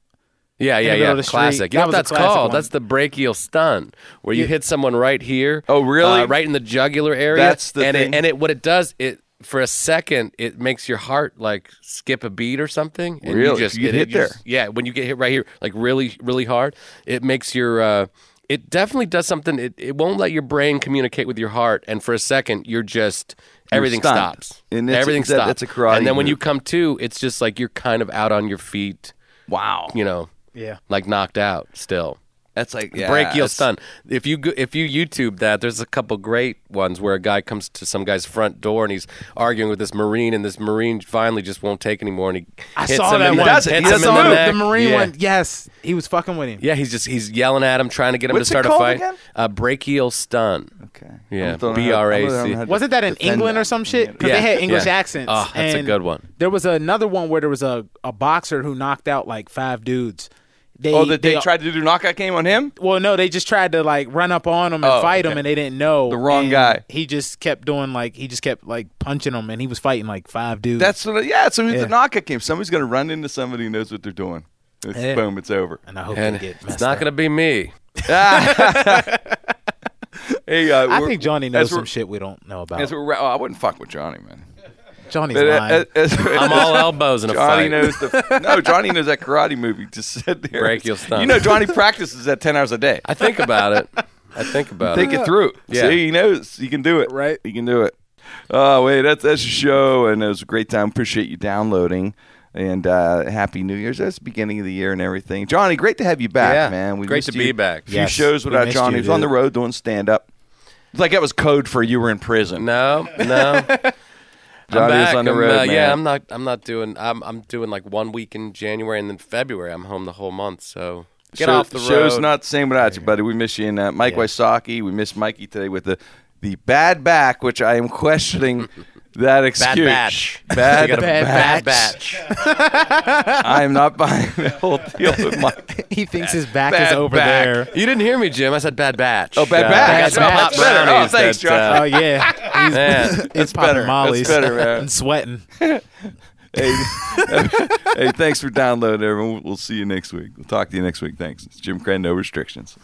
C: Yeah,
F: in
C: yeah,
F: the middle
C: yeah.
F: of the street.
C: classic.
F: That
C: You know what
F: was a
C: that's
F: classic
C: called?
F: one.
C: That's the brachial stun, where you hit someone right here.
B: Oh, really?
C: uh, right in the jugular area.
B: That's the
C: and
B: thing.
C: It, and it what it does it for a second it makes your heart like skip a beat or something. And
B: Really?
C: You just
B: You get
C: it-
B: hit
C: you just-
B: there.
C: yeah, when you get hit right here, like really, really hard, it makes your. Uh, it definitely does something. It, it won't let your brain communicate with your heart, and for a second, you're just everything
B: stunned.
C: stops.
B: And that's-
C: everything
B: that-
C: stops.
B: that's a karate
C: And then when
B: move.
C: you come to, it's just like you're kind of out on your feet.
B: Wow,
C: You know.
H: Yeah.
C: Like knocked out still.
B: that's like yeah,
C: Brachial
B: that's-
C: stun. If you go- if you YouTube that, there's a couple great ones where a guy comes to some guy's front door and he's arguing with this marine, and this marine finally just won't take anymore, and he
F: I
C: hits
F: saw
C: him
F: that
C: in the,
F: one.
B: does it. He
C: hits
F: I
C: him in
F: saw
C: the,
F: the,
C: neck.
F: marine
C: yeah.
F: one. Yes, he was fucking with him.
C: Yeah, he's just he's yelling at him, trying to get him
B: What's it
C: to start a
B: called
C: fight.
B: again?
C: Uh, brachial stun.
B: Okay.
C: Yeah,
B: I'm throwing
C: B R A
B: out-
C: C.
B: I'm throwing out-
F: Wasn't that in
B: Defend
F: England
B: that. Ah,
F: or some shit? Because
C: Yeah,
F: they had English
C: yeah.
F: accents.
C: Oh, that's a
F: and
C: good one.
F: There was another one where there was a, a boxer who knocked out like five dudes. They,
B: Oh, that they, tried to do knockout game on him.
F: Well, no, they just tried to like run up on him and
B: Oh,
F: fight him,
B: okay.
F: and they didn't know
B: The wrong
F: And
B: guy.
F: He just kept doing like he just kept like punching him, and he was fighting like five dudes.
B: That's what, yeah. So it's
F: Yeah.
B: a knockout game. Somebody's gonna run into somebody who knows what they're doing. It's,
F: Yeah.
B: Boom! It's over.
H: and I hope
C: And
H: they get
C: it's
H: messed
C: not
H: up.
C: going to be me.
B: Hey, uh,
F: I
B: we're-
F: think Johnny
B: as
F: knows
B: we're-
F: some shit we don't know about.
B: As we're, oh, I wouldn't fuck with Johnny, man.
F: Johnny's
B: But, uh,
F: lying.
B: as- as-
C: I'm all elbows in a
B: Johnny
C: fight.
B: knows the no. Johnny knows that karate movie. Just sit there.
C: Break your stomach.
B: You know, Johnny practices that ten hours a day.
C: I think about it. I think about
B: Think
C: it.
B: it through.
C: Yeah.
B: See, he knows he can do it. Right, he can do it. Oh wait, that's that's a show, and it was a great time. Appreciate you downloading, and uh, happy New Year's. That's the beginning of the year and everything. Johnny, great to have you back,
C: Yeah.
B: man. We
C: Great
B: missed
C: to
B: you.
C: be back.
B: Few
H: Yes,
B: shows
H: we
B: without
H: missed you,
B: Johnny. He was on the
H: dude.
B: road doing stand up. It's like that was code for you were in prison.
C: No, no.
B: Johnny
C: I'm
B: was
C: back.
B: on the
C: I'm,
B: road,
C: uh,
B: man.
C: Yeah, I'm not. I'm not doing. I'm. I'm doing like one week in January and then February. I'm home the whole month. So get
B: Show-
C: off the road.
B: Show's not the same without you, buddy. We miss you. And uh, Mike Wysocki, we miss Mikey today with the the bad back, which I am questioning that excuse.
C: Bad batch.
B: Bad
C: They got a
B: batch.
C: bad batch.
B: I am not buying the whole deal with my
F: He thinks his back
B: bad
F: is over
B: back.
F: there.
C: You didn't hear me, Jim. I said bad batch.
B: Oh, bad
C: Uh,
B: batch.
C: I got some
B: Oh,
C: hot
B: that's better.
C: brownies
B: Oh, thanks,
C: that,
B: John.
H: Oh yeah,
C: uh, man.
H: it's
B: better.
H: popping
B: That's
H: mollies
B: better, man.
H: and sweating.
B: hey, hey, thanks for downloading, everyone. We'll see you next week. We'll talk to you next week. Thanks. It's Jim Cran, no restrictions.